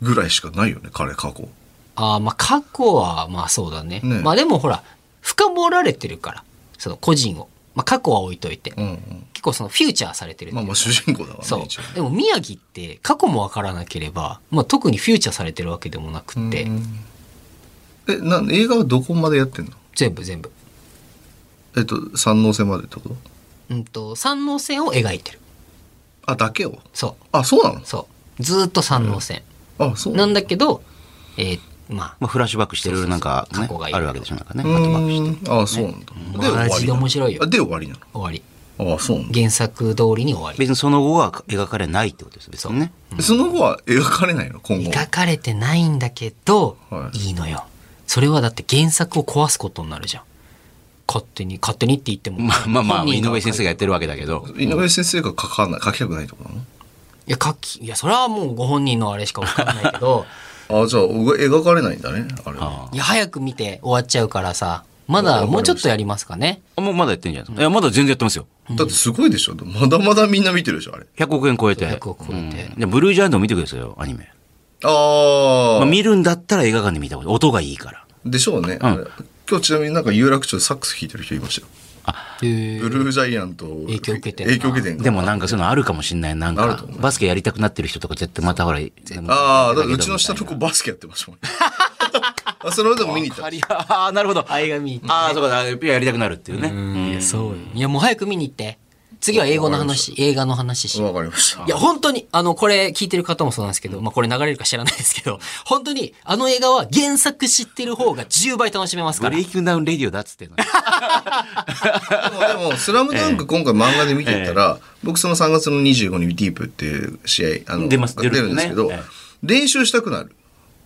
ぐらいしかないよね、彼過去。ああ、まあ、過去は、まあそうだね。ねまあでもほら、深掘られてるから、その個人を。まあ過去は置いといて。うんうん。結構そのフューチャーされてるってまいあまうかあ主人公だからね、そう一応ね。でも宮城って過去もわからなければ、まあ特にフューチャーされてるわけでもなくって、え、なん映画はどこまでやってんの全部全部えっと、三能線までってことうんと三能線を描いてるあ、だけをそあ、そうなのうそうずーっと三能線、あ、そうなんだ。だけどえーままあ、フラッシュバックしてるなんか、そうねそうそう過去がいろあいるろわけでしょなんかねうバックバックしてーんあ、そうなんだ。あマジで面白いよあで終わりな終わりの。あ、そうなんだ。原作通りに終わり別にその後は描かれないってことですよ別にねその後は描かれないの今後。描かれてないんだけど、はいい、いのよそれはだって原作を壊すことになるじゃん勝手に勝手にって言ってもまあまあまあ本井人が上先生がやってるわけだけど井上先生が書かない、書きたくないとこないや書きいやそれはもうご本人のあれしか分かんないけ どのあ、じゃあ、描かれないんだね。あれは。いや早く見て終わっちゃうからさまだもうちょっとやりますかねもうまだやってんじゃないですかいやまだ全然やってますよだってすごいでしょまだまだみんな見てるでしょあれ。 100億円超えて100億超えてうんじゃあブルージャイアント見てくださいよアニメあまあ、あ、見るんだったら映画館で見た方がいい音がいいからでしょうね。あれ今日ちなみになんか有楽町でサックス弾いてる人いましたよ。へブールージャイアント影響受けてんな影響受けてんかでもなんかそういうのあるかもしんないなんあるかと思うバスケやりたくなってる人とか絶対またほらああ、だからうちの下の子バスケやってましたもんね。 あそれでも見に行った。ああなるほどあ映画見に行ってあそうかだやりたくなるっていうねうんいやそうよいやもう早く見に行って次は英語の話映画の話しようわかりましたい。や、本当に、あの、これ聞いてる方もそうなんですけど、まあ、これ流れるか知らないですけど、 本当に、あの映画は原作知ってる方が10倍楽しめますブからレ。イキングダウンレディオだっつってんのにでも、でもスラムダンク今回漫画で見てたら、僕その3月の25にディープっていう試合、あの、出ます出るんですけど出るんですね、練習したくなる。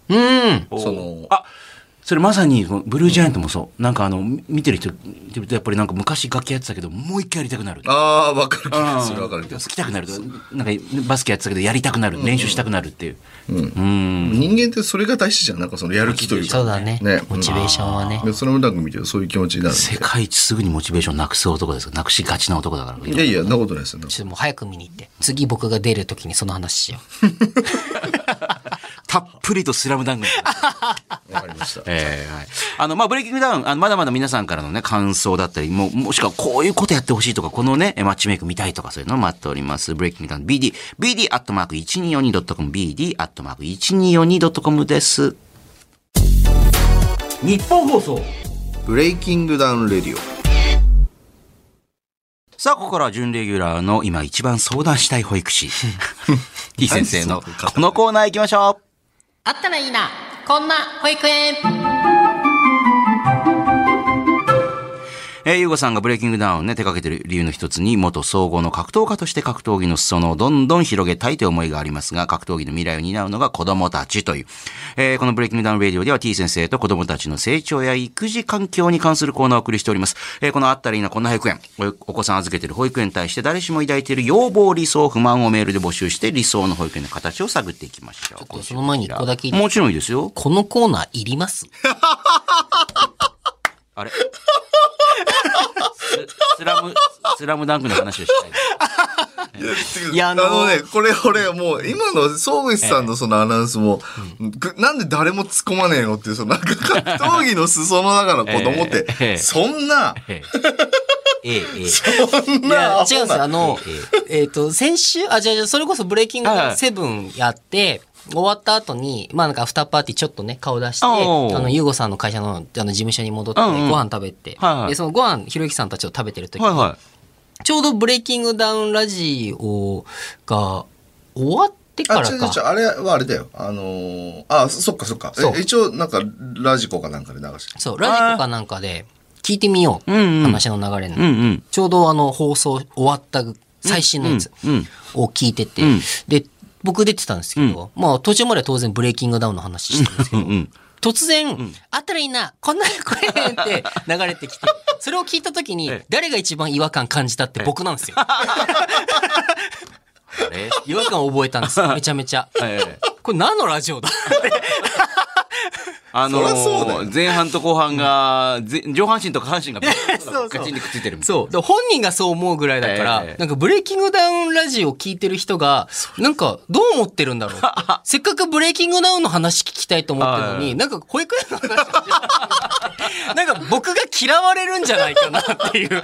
うん。そのあそれまさにブルージャイアントもそうなんかあの見てる人やっぱりなんか昔楽器やってたけどもう一回やりたくなるああ、わかる気がする、わかる気が好すきたくなるとなんかバスケやってたけどやりたくなる練習したくなるっていううんる。人間ってそれが大事じゃん。なんかそのやる気というか。そうだねね。モチベーションはね。でスラムダンク見てるとそういう気持ちになるん世界一すぐにモチベーションなくす男ですよなくしがちな男だからで。いやいや、そんなことないですよ。ちょっともう早く見に行って。次僕が出る時にその話しよう。たっぷりとスラムダ ンク。わかりました。ええはい。あの、まあ、ブレイキングダウン、あのまだまだ皆さんからのね、感想だったり、もう、もしくはこういうことやってほしいとか、このね、マッチメイク見たいとか、そういうのを待っております。ブレイキングダウン BD、BD アットマーク 1242.com、BD アットマーク 1242.com です。日本放送ブレイキングダウンレディオ。さあ、ここからは準レギュラーの今一番相談したい保育士、T 先生の何そのこのコーナー行きましょう。あったらいいな。こんな保育園。えー、ゆうごさんがブレイキングダウンね、手掛けてる理由の一つに、元総合の格闘家として格闘技の裾野をどんどん広げたいという思いがありますが、格闘技の未来を担うのが子供たちという。えーこのブレイキングダウンレディオでは T 先生と子供たちの成長や育児環境に関するコーナーをお送りしております。えーこのあったらいいな、こんな保育園。おお子さん預けてる保育園に対して誰しも抱いている要望、理想、不満をメールで募集して、理想の保育園の形を探っていきましょう。ちょっとその前に一個だけいいもちろんいいですよ。このコーナーいりますあれ ススラム、スラムダンクの話をしたい。いやああののね、これ俺もう今の総口さんのそのアナウンスも、ぐなんで誰も突っ込まねえのっていう、そのなんか格闘技の裾野だから子供っえええて、えそんな、ええ、ええ、ええ。そんいな、や違うんですあの、えっ、と、先週、あ、じゃじゃそれこそブレイキングはいセブンやって、終わった後に、まあなんかアフターパーティーちょっとね、顔出して、あおうの、ゆうごさんの会社のあの事務所に戻って、うごんうん飯食べて、はいはいで、そのご飯、ひろゆきさんたちを食べてる時 に、はいはちょうどブレイキングダウンラジオが終わってかあ、ら違う違う、か。あれはあれだよ。あのーあ、そっかそっか。そうえ一応なんかラジコかなんかで流してる。そう、ラジコかなんかで聞いてみよう。うんうん話の流れの、い。うんうん。ちょうどあの、放送終わった最新のやつ。うん。を聞いてて、うんで僕出てたんですけど、まあ途中までは当然ブレイキングダウンの話してるんですけど、ん突然、あったらいいなこんな声って流れてきてそれを聞いた時にええ誰が一番違和感感じたって僕なん ですよあれ 違和感を覚えた んですよめちゃめちゃこれ何のラジオだあのそりゃそうだよー、前半と後半が、ぜ上半身と下半身が そうそうガチンってくっついてるみたいなそうで本人がそう思うぐらいだから、ええなんかブレイキングダウンラジオ聞いてる人がなんかどう思ってるんだ ろうってせっかくブレイキングダウンの話聞きたいと思ってるのはになんか保育園の話 なんか僕が嫌われるんじゃないかなって いう。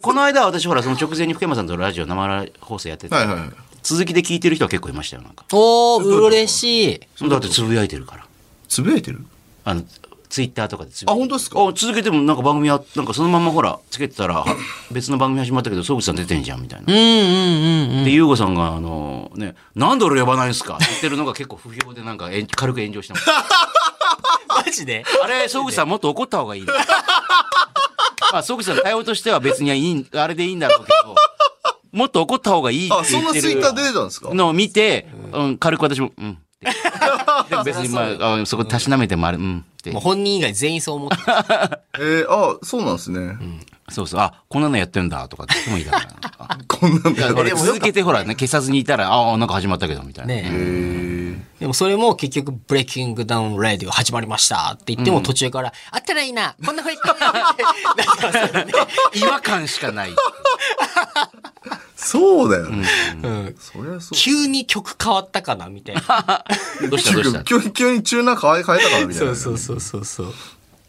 この間私ほら、その直前に福山さんとラジオ生放送やっててはいはいはい、続きで聞いてる人は結構いましたよ、なんか。おー、嬉しい。だってつぶやいてるから。つぶやいてるあの、ツイッターとかでつぶあやいて。本当ですかあ続けてもなんか番組は、なんかそのままほら、つけてたら、は別の番組始まったけど、総口さん出てんじゃん、みたいな。うんうんうん。で、優吾さんが、あの、ね、なんで俺呼ばないんですかって言ってるのが結構不評で、なんかえん、軽く炎上した もん。マジであれ、総口さんもっと怒った方が いいな。まあ、総口さんの対応としては別にいいん、あれでいいんだろうけど、もっと怒った方がいいって言あ、ってるそんなツイッター出てたんですかのを見て、うん、軽く私も、 うん。ってでも別に、まああ、そこたしなめてもあれ、うん。ってもう本人以外全員そう思ってる。えー、あ、そうなんですね。そうそう、あ、こんなのやってんだ、とかって言ってもいいだろうなとかこんなんで。いやでも続けてほら、ね、消さずにいたら、ああ、なんか始まったけど、みたいな。ねええーでもそれも結局、ブレイキングダウンラディオ始まりましたって言っても途中から、あったらいいなこん なふうに言ってないなってますよね違和感しかない。そうだよね。うんそりゃそう。急に曲変わったかなみたいな。どうしたどうした急に、急に中南変え変えたからみたい そな。うそうそうそうそう。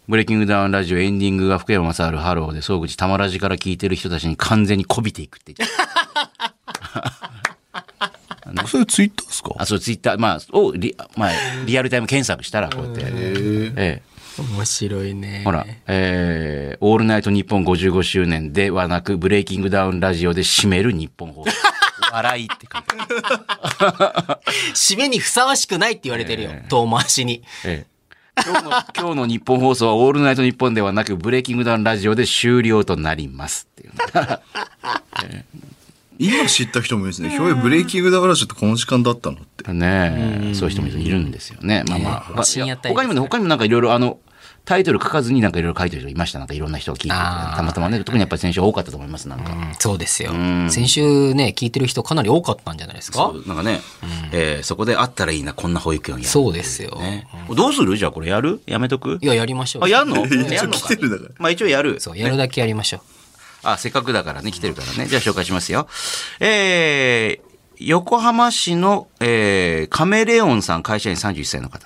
ブレイキングダウンラジオエンディングが福山雅治ハローで、総口たまらじから聞いてる人たちに完全にこびていくって言って。それツイッターですかあ、そう、ツイッター、まあ、をリ、まあ、リアルタイム検索したら、こうやって。ええ。面白いね。ほら、えー、オールナイト日本55周年ではなく、ブレイキングダウンラジオで締める日本 放送。笑いって書いてある。締めにふさわしくないって言われてるよ。遠回しに。ええ今日の、今日の日本放送はオールナイト日本ではなく、ブレイキングダウンラジオで終了となりますっていうね。今知った人もいるんですね。ひょいブレイキングダウンラジオってこの時間だったのって。ねえ、そういう人もいるんですよね。まあまあ、ええまあ深夜帯ですね他にもね、他にもなんかいろいろあの、タイトル書かずになんかいろいろ書いてる人いました。なんかいろんな人が聞いててあーたまたまね、特にやっぱり先週多かったと思います、なんか。そうですよ。先週ね、聞いてる人かなり多かったんじゃないですかそうなんかね、えーそこであったらいいな、こんな保育園やるそうですよ。ねどうするじゃあこれやるやめとくいや、やりましょう。あ、やんのや一ん応の来かてるだから。まあ一応やる。 そう、やるだけやりましょう。あ、せっかくだからね、来てるからね。じゃあ紹介しますよ。えー、横浜市の、えー、カメレオンさん、会社員31歳の方。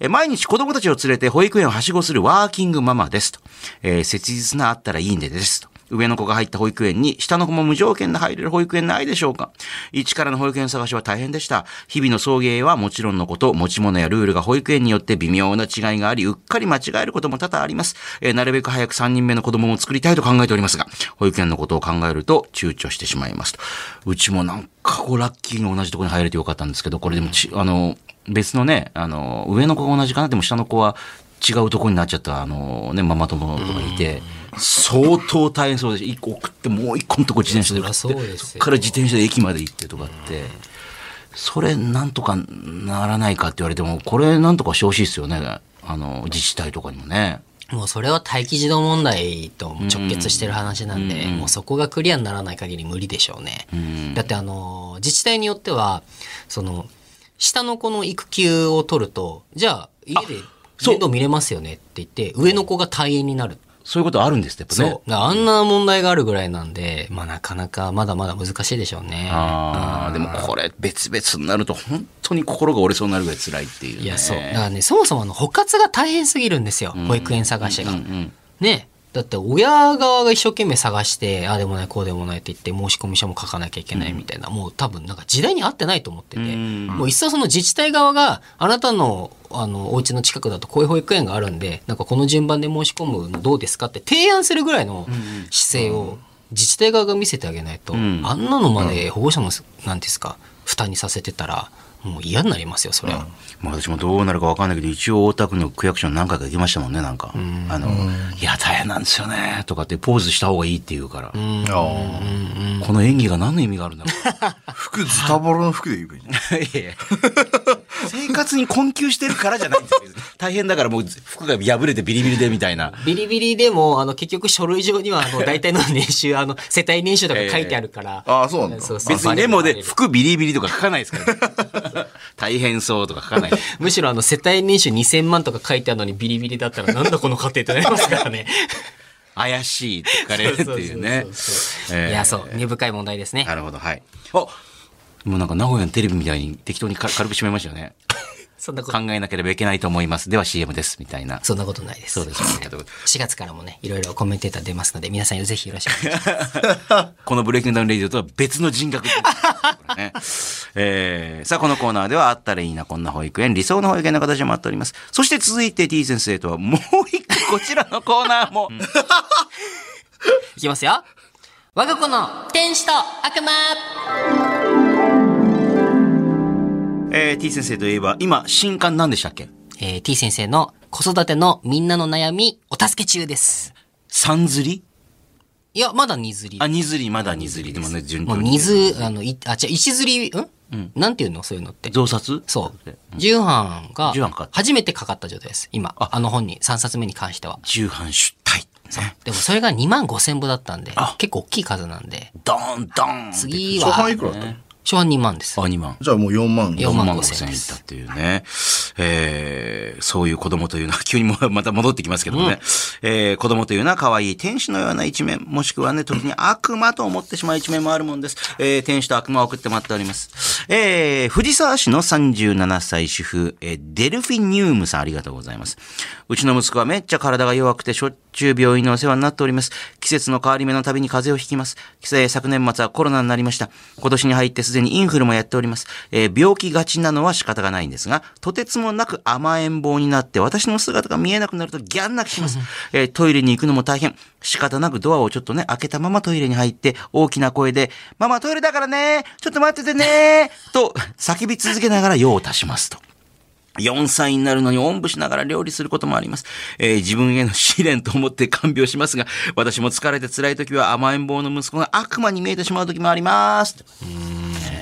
えー毎日子供たちを連れて保育園をはしごするワーキングママですと。えー、切実なあったらいいんでですと。上の子が入った保育園に、下の子も無条件で入れる保育園ないでしょうか一からの保育園探しは大変でした。日々の送迎はもちろんのこと、持ち物やルールが保育園によって微妙な違いがあり、うっかり間違えることも多々あります。えーなるべく早く3人目の子供も作りたいと考えておりますが、保育園のことを考えると躊躇してしまいますと。うちもなんかこうラッキーに同じところに入れてよかったんですけど、これでもち、あの、別のね、あの、上の子が同じかな、でも下の子は違うとこになっちゃった、あのね、ママ友とかいて、相当大変そうでし1個送って、もう1個のとこ自転車で送って、そりゃそうですっよから自転車で駅まで行ってとかって、それなんとかならないかって言われても、これなんとかしてほしいですよね、あの、自治体とかにもね。もうそれは待機児童問題と直結してる話なんで、もうそこがクリアにならない限り無理でしょうね。だってあの自治体によってはその下の子の育休を取るとじゃあ家でそう面倒見れますよねって言って上の子が退園になる。そういうことあるんですって、やっぱね。そう。だからあんな問題があるぐらいなんで、まあなかなかまだまだ難しいでしょうね。ああ、でもこれ別々になると本当に心が折れそうになるぐらい辛いっていう、ね。いや、そう。だからね、そもそもあの、補活が大変すぎるんですよ。保育園探しが。ね。だって、親側が一生懸命探して、ああでもない、こうでもないって言って、申し込み書も書かなきゃいけないみたいな、もう多分、なんか時代に合ってないと思ってて、んもういっそその自治体側が、あなたの、あの、お家の近くだとこういう保育園があるんで、なんかこの順番で申し込むのどうですかって提案するぐらいの姿勢を、自治体側が見せてあげないと、んあんなのまで保護者の、なんですか、負担にさせてたら、もう嫌になりますよ、それは。まあ私もどうなるかわかんないけど、一応大田区の区役所に何回か行きましたもんね、なんか。あの、いや、大変なんですよね、とかってポーズした方がいいって言うから。あこの演技が何の意味があるんだろあ。服、ズタボロの服で言えばいいね。う。いやいや生活に困窮してるからじゃないんですよ。別に大変だからもう服が破れてビリビリでみたいな。ビリビリでも、あの、結局書類上には、あの、大体の年 収、あの、世帯年収とか書いてあるから。ああ、そうなんだ。そうそう別にメモバレでる服ビリビリとか書かないですから、大変そうとか書かない。むしろあの、世帯年収2000万とか書いてあるのにビリビリだったら、なんだこの家庭ってなりますからね。 怪しいって書かれるっていうねそうそうそう。そうえーいや、そう、根深い問題ですねな。るほど、はい。あもうなんか名古屋のテレビみたいに適当にか軽く締めましたよね。そんなこと考えなければいけないと思います。では CM です。みたいな。そんなことないです。そうですね4月からもね、いろいろコメンテーター出ますので、皆さんぜひよろしくお願いします。このブレイキングダウンレディオとは別の人格ってことですねえーさあ、このコーナーではあったらいいな、こんな保育園、理想の保育園の形もあっております。そして続いて T 先生とはもう一個こちらのコーナーも。いきます よ。我が子の天使と悪魔えー、T 先生といえば、今、新刊何でしたっけえー、T 先生の子育てのみんなの悩み、お助け中です。三釣りいや、まだ荷釣り。あ、二釣り、まだ二釣り。でもね、順も調うに。水、あの、いあ、違う、石釣り、ん、なんていうのそういうのって。増刷そう。重版が重版か、初めてかかった状態です。今、あの本に、3冊目に関しては。重版出退。ねでもそれが2万5千部だったんであ、結構大きい数なんで、ドーン、ドーン。次初版いは、くらだったの初版2万です。あ、二万。じゃあもう4万。 4 4万万5 5千千で円いっすたっていうね。えー、そういう子供というのは、急にもう また戻ってきますけどもね。えー、子供というのは可愛い天使のような一面、もしくはね、時に悪魔と思ってしまう一面もあるもんです。えー、天使と悪魔を送ってもらっております。えー、藤沢市の37歳主婦、えーデルフィニウムさんありがとうございます。うちの息子はめっちゃ体が弱くてしょっちゅう病院のお世話になっております。季節の変わり目のたびに風邪をひきます。えー昨年末はコロナになりました。今年に入ってすでにインフルもやっております。えー病気がちなのは仕方がないんですが、とてつもなく甘えん坊になって私の姿が見えなくなるとギャン泣きします。えートイレに行くのも大変。仕方なくドアをちょっとね、開けたままトイレに入って、大きな声で、ママトイレだからねちょっと待っててねと、叫び続けながら用を足しますと。4歳になるのにおんぶしながら料理することもあります。えー自分への試練と思って看病しますが、私も疲れて辛い時は甘えん坊の息子が悪魔に見えてしまう時もあります。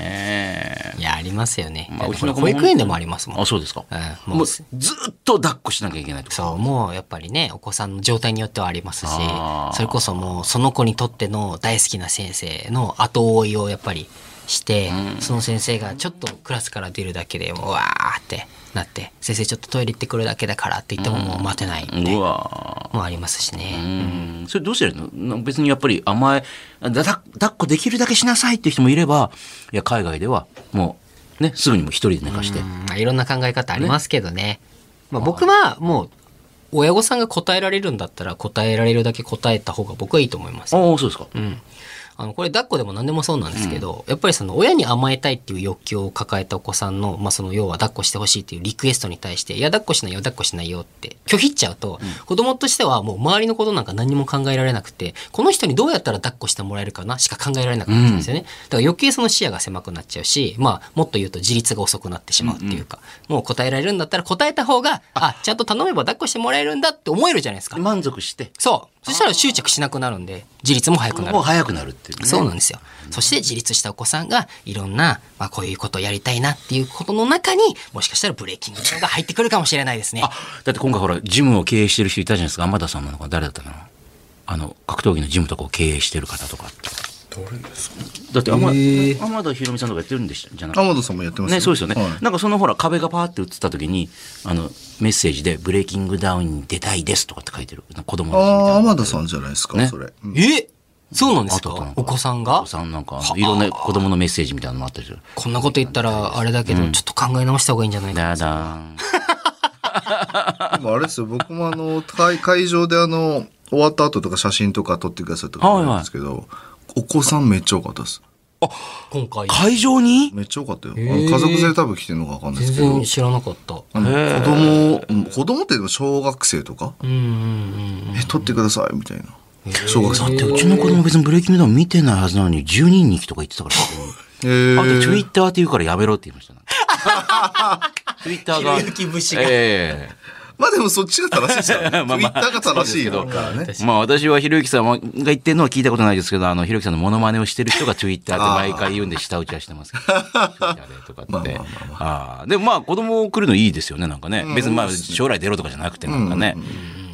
ねえいや、ありますよね。まあだってこれうちの子も保育園でもありますもん。あ、そうですか。うんももううずっと抱っこしなきゃいけないとか。そう、もうやっぱりね、お子さんの状態によってはありますしあ、ーそれこそもうその子にとっての大好きな先生の後追いをやっぱりして、その先生がちょっとクラスから出るだけでもうわーってなって、先生ちょっとトイレ行ってくるだけだからって言ってももう待てないってうわもありますしね。ーそれどうしてるのな別にやっぱり甘え、だだ抱っこできるだけしなさいっていう人もいれば、いや、海外ではもう、ね、すぐにもう一人で寝かして。まあ、いろんな考え方ありますけどね。まあ、僕はもう親御さんが答えられるんだったら答えられるだけ答えた方が僕はいいと思います。ああ、そうですか。うん、あのこれ抱っこでも何でもそうなんですけど、やっぱりその親に甘えたいっていう欲求を抱えたお子さんの,、まあその要は抱っこしてほしいっていうリクエストに対して「いや抱っこしないよ抱っこしないよ」って拒否っちゃうと、子供としてはもう周りのことなんか何も考えられなくてこの人にどうやったら抱っこしてもらえるかなしか考えられなかったんですよね、だから余計その視野が狭くなっちゃうし、まあ、もっと言うと自立が遅くなってしまうっていうか、もう答えられるんだったら答えた方があちゃんと頼めば抱っこしてもらえるんだって思えるじゃないですか。満足して、そうそしたら執着しなくなるんで自立も早くなるもう早くなるっていう、ね。そうなんですよ。そして自立したお子さんがいろんな、まあ、こういうことをやりたいなっていうことの中にもしかしたらブレイキングダウンが入ってくるかもしれないですね。あ、だって今回ほら、ジムを経営してる人いたじゃないですか。天田さんなのか、誰だったかな。あの、格闘技のジムとかを経営してる方とか。誰ですかだって天、天田ひろみさんとかやってるんでしたじゃなくて天野さんもやってますね、そうですよね、はいなんかそのほら壁がパーって映った時にあのメッセージで「ブレイキングダウンに出たいです」とかって書いてるなんか子供の日みたいなああ、天野さんじゃないですか、ねそれ。うんえそうなんですあとかなんかお子さんおが子さんなんかあのいろんな子供のメッセージみたいなのもあったりするこんなこと言ったらあれだけど、ちょっと考え直した方がいいんじゃないかな。だだーんでもあれですよ、僕もあの、会会場であの、終わった後とか写真とか撮ってくださいとか言うんですけど、お子さんめっちゃ多かったです。今回、会場にめっちゃ多かったよ。あへーの家族連れ多分来てるのかわかんないで全すけど然、知らなかった。あの子供、うん子供ってでも小学生とか、うんうんえ、撮ってくださいみたいな。小学だっ生。てうちの子供別にブレイキングダウン見てないはずなのに10人に来とか言ってたからえあと、ツイー、ッターって言うからやめろって言いました。ツイッターが。ひろゆき節がえまあでもそっちが正しいですよね。ツ イまあまッあターが正しいのからね。えまあ私はひろゆきさんが言ってるのは聞いたことないですけど、あの、ひろゆきさんのモノマネをしてる人がツイッターって毎回言うんで下打ちはしてますけど。Twitter でとかって。ああ。でもまあ子供を送るのいいですよね、なんかね。別にまあ将来出ろとかじゃなくてなんかね。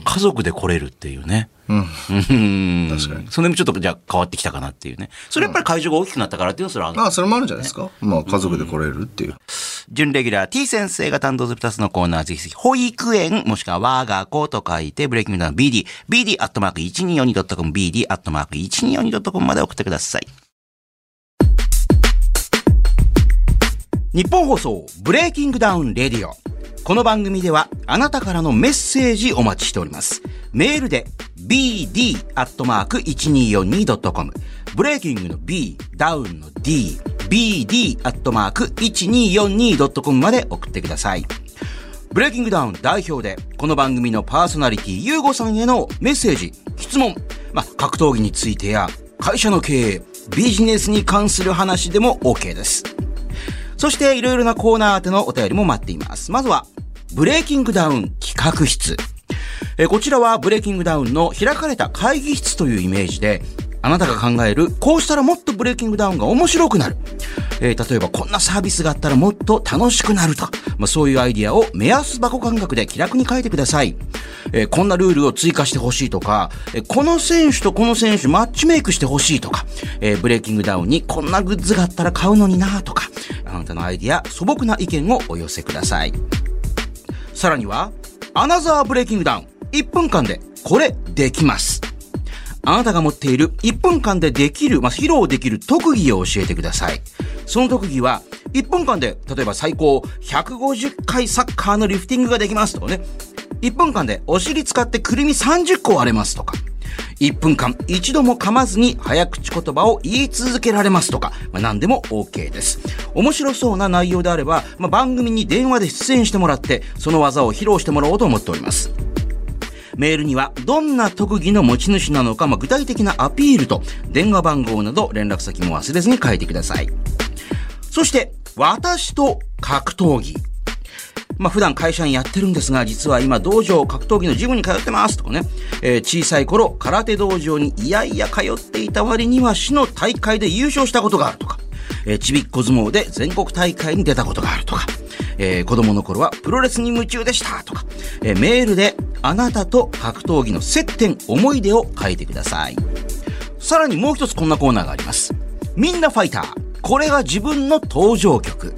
家族で来れるっていうね。うん。うん。確かにその辺もちょっとじゃあ変わってきたかなっていうね。それやっぱり会場が大きくなったからっていうのはそれはあるまあ、それもあるんじゃないですか。まあ、家族で来れるっていう。準レギュラー T 先生が担当する2つのコーナー、ぜひぜひ、保育園、もしくは我が子と書いて、ブレイキングダウン BD、BD アットマーク 1242.com、BD アットマーク 1242.com まで送ってください。日本放送、ブレイキングダウンレディオ。この番組ではあなたからのメッセージお待ちしております。メールで bd.1242.com ブレイキングの b、ダウンの d、bd.1242.com まで送ってください。ブレイキングダウン代表で、この番組のパーソナリティ、ゆうごさんへのメッセージ、質問、まあ、格闘技についてや、会社の経営、ビジネスに関する話でも OK です。そして、いろいろなコーナー宛てのお便りも待っています。まずは、ブレイキングダウン企画室。えーこちらはブレイキングダウンの開かれた会議室というイメージで、あなたが考える、こうしたらもっとブレイキングダウンが面白くなる。えー例えばこんなサービスがあったらもっと楽しくなると。まあ、そういうアイディアを目安箱感覚で気楽に書いてください。えーこんなルールを追加してほしいとか、えーこの選手とこの選手マッチメイクしてほしいとか、えーブレイキングダウンにこんなグッズがあったら買うのになとか、あなたのアイディア、素朴な意見をお寄せください。さらには、アナザーブレイキングダウン。1分間で、これ、できます。あなたが持っている1分間でできる、まあ、披露できる特技を教えてください。その特技は、1分間で、例えば最高150回サッカーのリフティングができますとかね。1分間でお尻使ってくるみ30個割れますとか。1分間一度も噛まずに早口言葉を言い続けられますとか、まあ、何でも OK です。面白そうな内容であれば、まあ、番組に電話で出演してもらって、その技を披露してもらおうと思っております。メールにはどんな特技の持ち主なのか、まあ具体的なアピールと電話番号など連絡先も忘れずに書いてください。そして、私と格闘技。まあ普段会社にやってるんですが、実は今道場格闘技のジムに通ってますとかね、えー小さい頃空手道場にいやいや通っていた割には市の大会で優勝したことがあるとか、えーちびっこ相撲で全国大会に出たことがあるとか、えー子供の頃はプロレスに夢中でしたとか、えーメールであなたと格闘技の接点、思い出を書いてください。さらにもう一つこんなコーナーがあります。みんなファイター。これが自分の登場曲。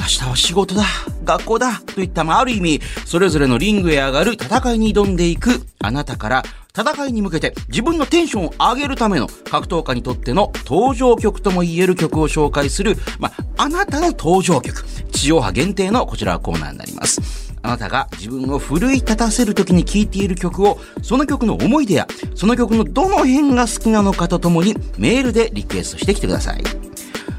明日は仕事だ、学校だ、といった、まあ、ある意味、それぞれのリングへ上がる戦いに挑んでいく、あなたから、戦いに向けて自分のテンションを上げるための格闘家にとっての登場曲とも言える曲を紹介する、まあ、あなたの登場曲。地上波限定のこちらはコーナーになります。あなたが自分を奮い立たせるときに聴いている曲を、その曲の思い出や、その曲のどの辺が好きなのかとともに、メールでリクエストしてきてください。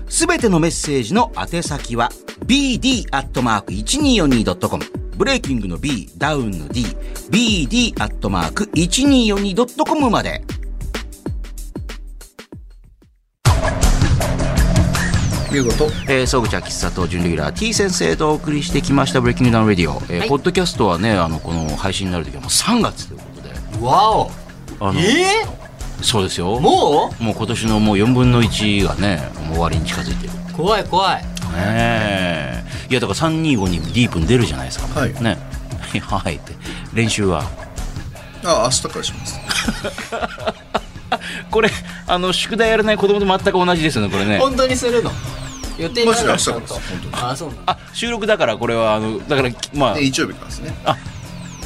すべてのメッセージの宛先は bd.1242.com ブレイキングの B、ダウンの D、bd.1242.com まで。いうことえー、総口秋里準レギュラー T 先生とお送りしてきましたブレイキングダウンレディオ。えーポッドキャストはね、あの、この配信になるときはもう3月ということで。わおあの、えそうですよ。ー、ももう今年のもう4分の1がね、もう終わりに近づいてる。う怖い怖いねえいやだから325にディープに出るじゃないですか、はいねはいって練習はあ明日からしますこれあの宿題やらない子供と全く同じですよねこれね本当にするの予定になマジるので明日ちからゃんと本あそうなのあ収録だからこれはあのだからまあで日曜日からですね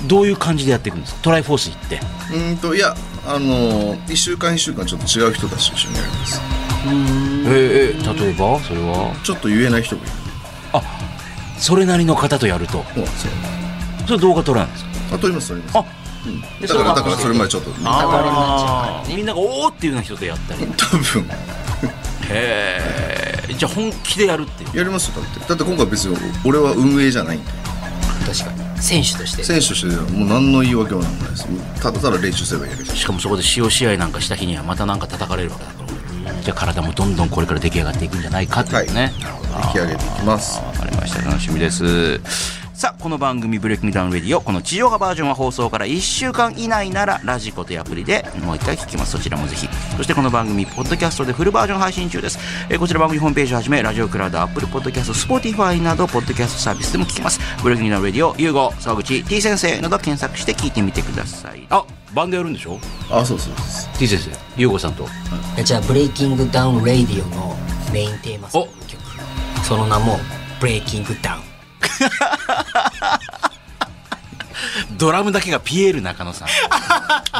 どういう感じでやっていくんですかトライフォース行ってうーんといやあのー、1週間1週間ちょっと違う人たちと一緒にやりますええ例えばそれはちょっと言えない人もいるそれなりの方とやるとそうなんですよそれ動画撮らないんですかあ撮ります撮りますあうん、だでかそれらはだからそれまでちょっとあーあみんながおおっていうような人とやったりへ 多分えじゃあ本気でやるっていうやりますよだってだって今回別に俺は運営じゃないんで確かに選手として選手としてもう何の言い訳もなんもないですただただ練習すればいいだけですしかもそこで使用試合なんかした日にはまたなんか叩かれるわけだからじゃあ体もどんどんこれから出来上がっていくんじゃないかってはいいうね、引き上げていきますわかりました楽しみですさあこの番組「ブレイキングダウンレディオ」この地上波バージョンは放送から1週間以内ならラジコというアプリでもう一回聞きますそちらもぜひそしてこの番組ポッドキャストでフルバージョン配信中です、えーこちら番組ホームページをはじめラジオクラウドアップルポッドキャストスポティファイなどポッドキャストサービスでも聞きますブレイキングダウンレディオゆうご沢口 T 先生など検索して聞いてみてくださいあバンドやるんでしょあそうそうそう T 先生ゆうごさんとえじゃあブレイキングダウンレディオのメインテーマソング曲その名もブレイキングダウンドラムだけがピエール中野さん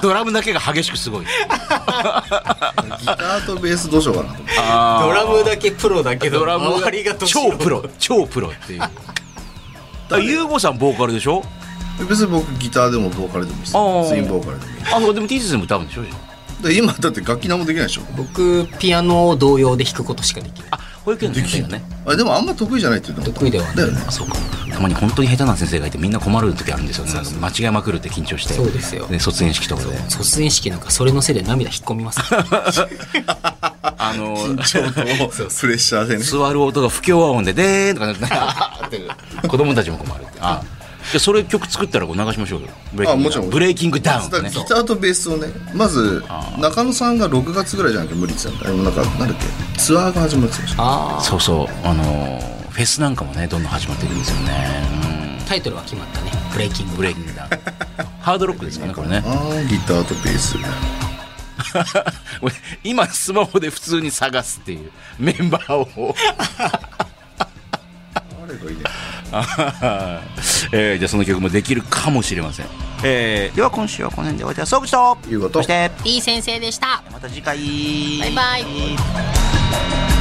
ドラムだけが激しくすごいギターとベースどうしようかなと思ってドラムだけプロだけどドラム周りがど素超人プロ超プロっていうあユーゴさんボーカルでしょ別に僕ギターでもボーカルでもいいですツあイあンボーカルでもいいあそうかでも T 先生も歌うんでしょじゃあで今だって楽器何もできないでしょ僕ピアノを同様で弾くことしかできないあ保育園の先生よねあでもあんま得意じゃないって言うのも得意ではないだよねあそうかたまに本当に下手な先生がいてみんな困る時あるんですよねなんか間違えまくるって緊張してそうですよ卒園式とかで卒園式なんかそれのせいで涙引っ込みますからあのちょっとプレッシャーでね座る音が不協和音で「でーん」 とかなってあーって子供たちも困るってあでそれ曲作ったらこう流しましょうよブレイキングあもちろんブレイキングダウンだとからねギターとベースをねまず中野さんが6月ぐらいじゃなきゃ無理って言ってたんだなんかなんだっけツアーが始まってたでしょ あそうそうあのーフェスなんかもねどんどん始まっていくんですよねあタイトルは決まったねブレイキンうんグブレイキングダウンハードロックですかねこれ ねあーギターとベース俺今スマホで普通に探すっていうメンバー をあれがいいねえーじゃあその曲もできるかもしれません、えーでは今週はこの辺でおいては総口ということそして T 先生でしたまた次回バイバイイ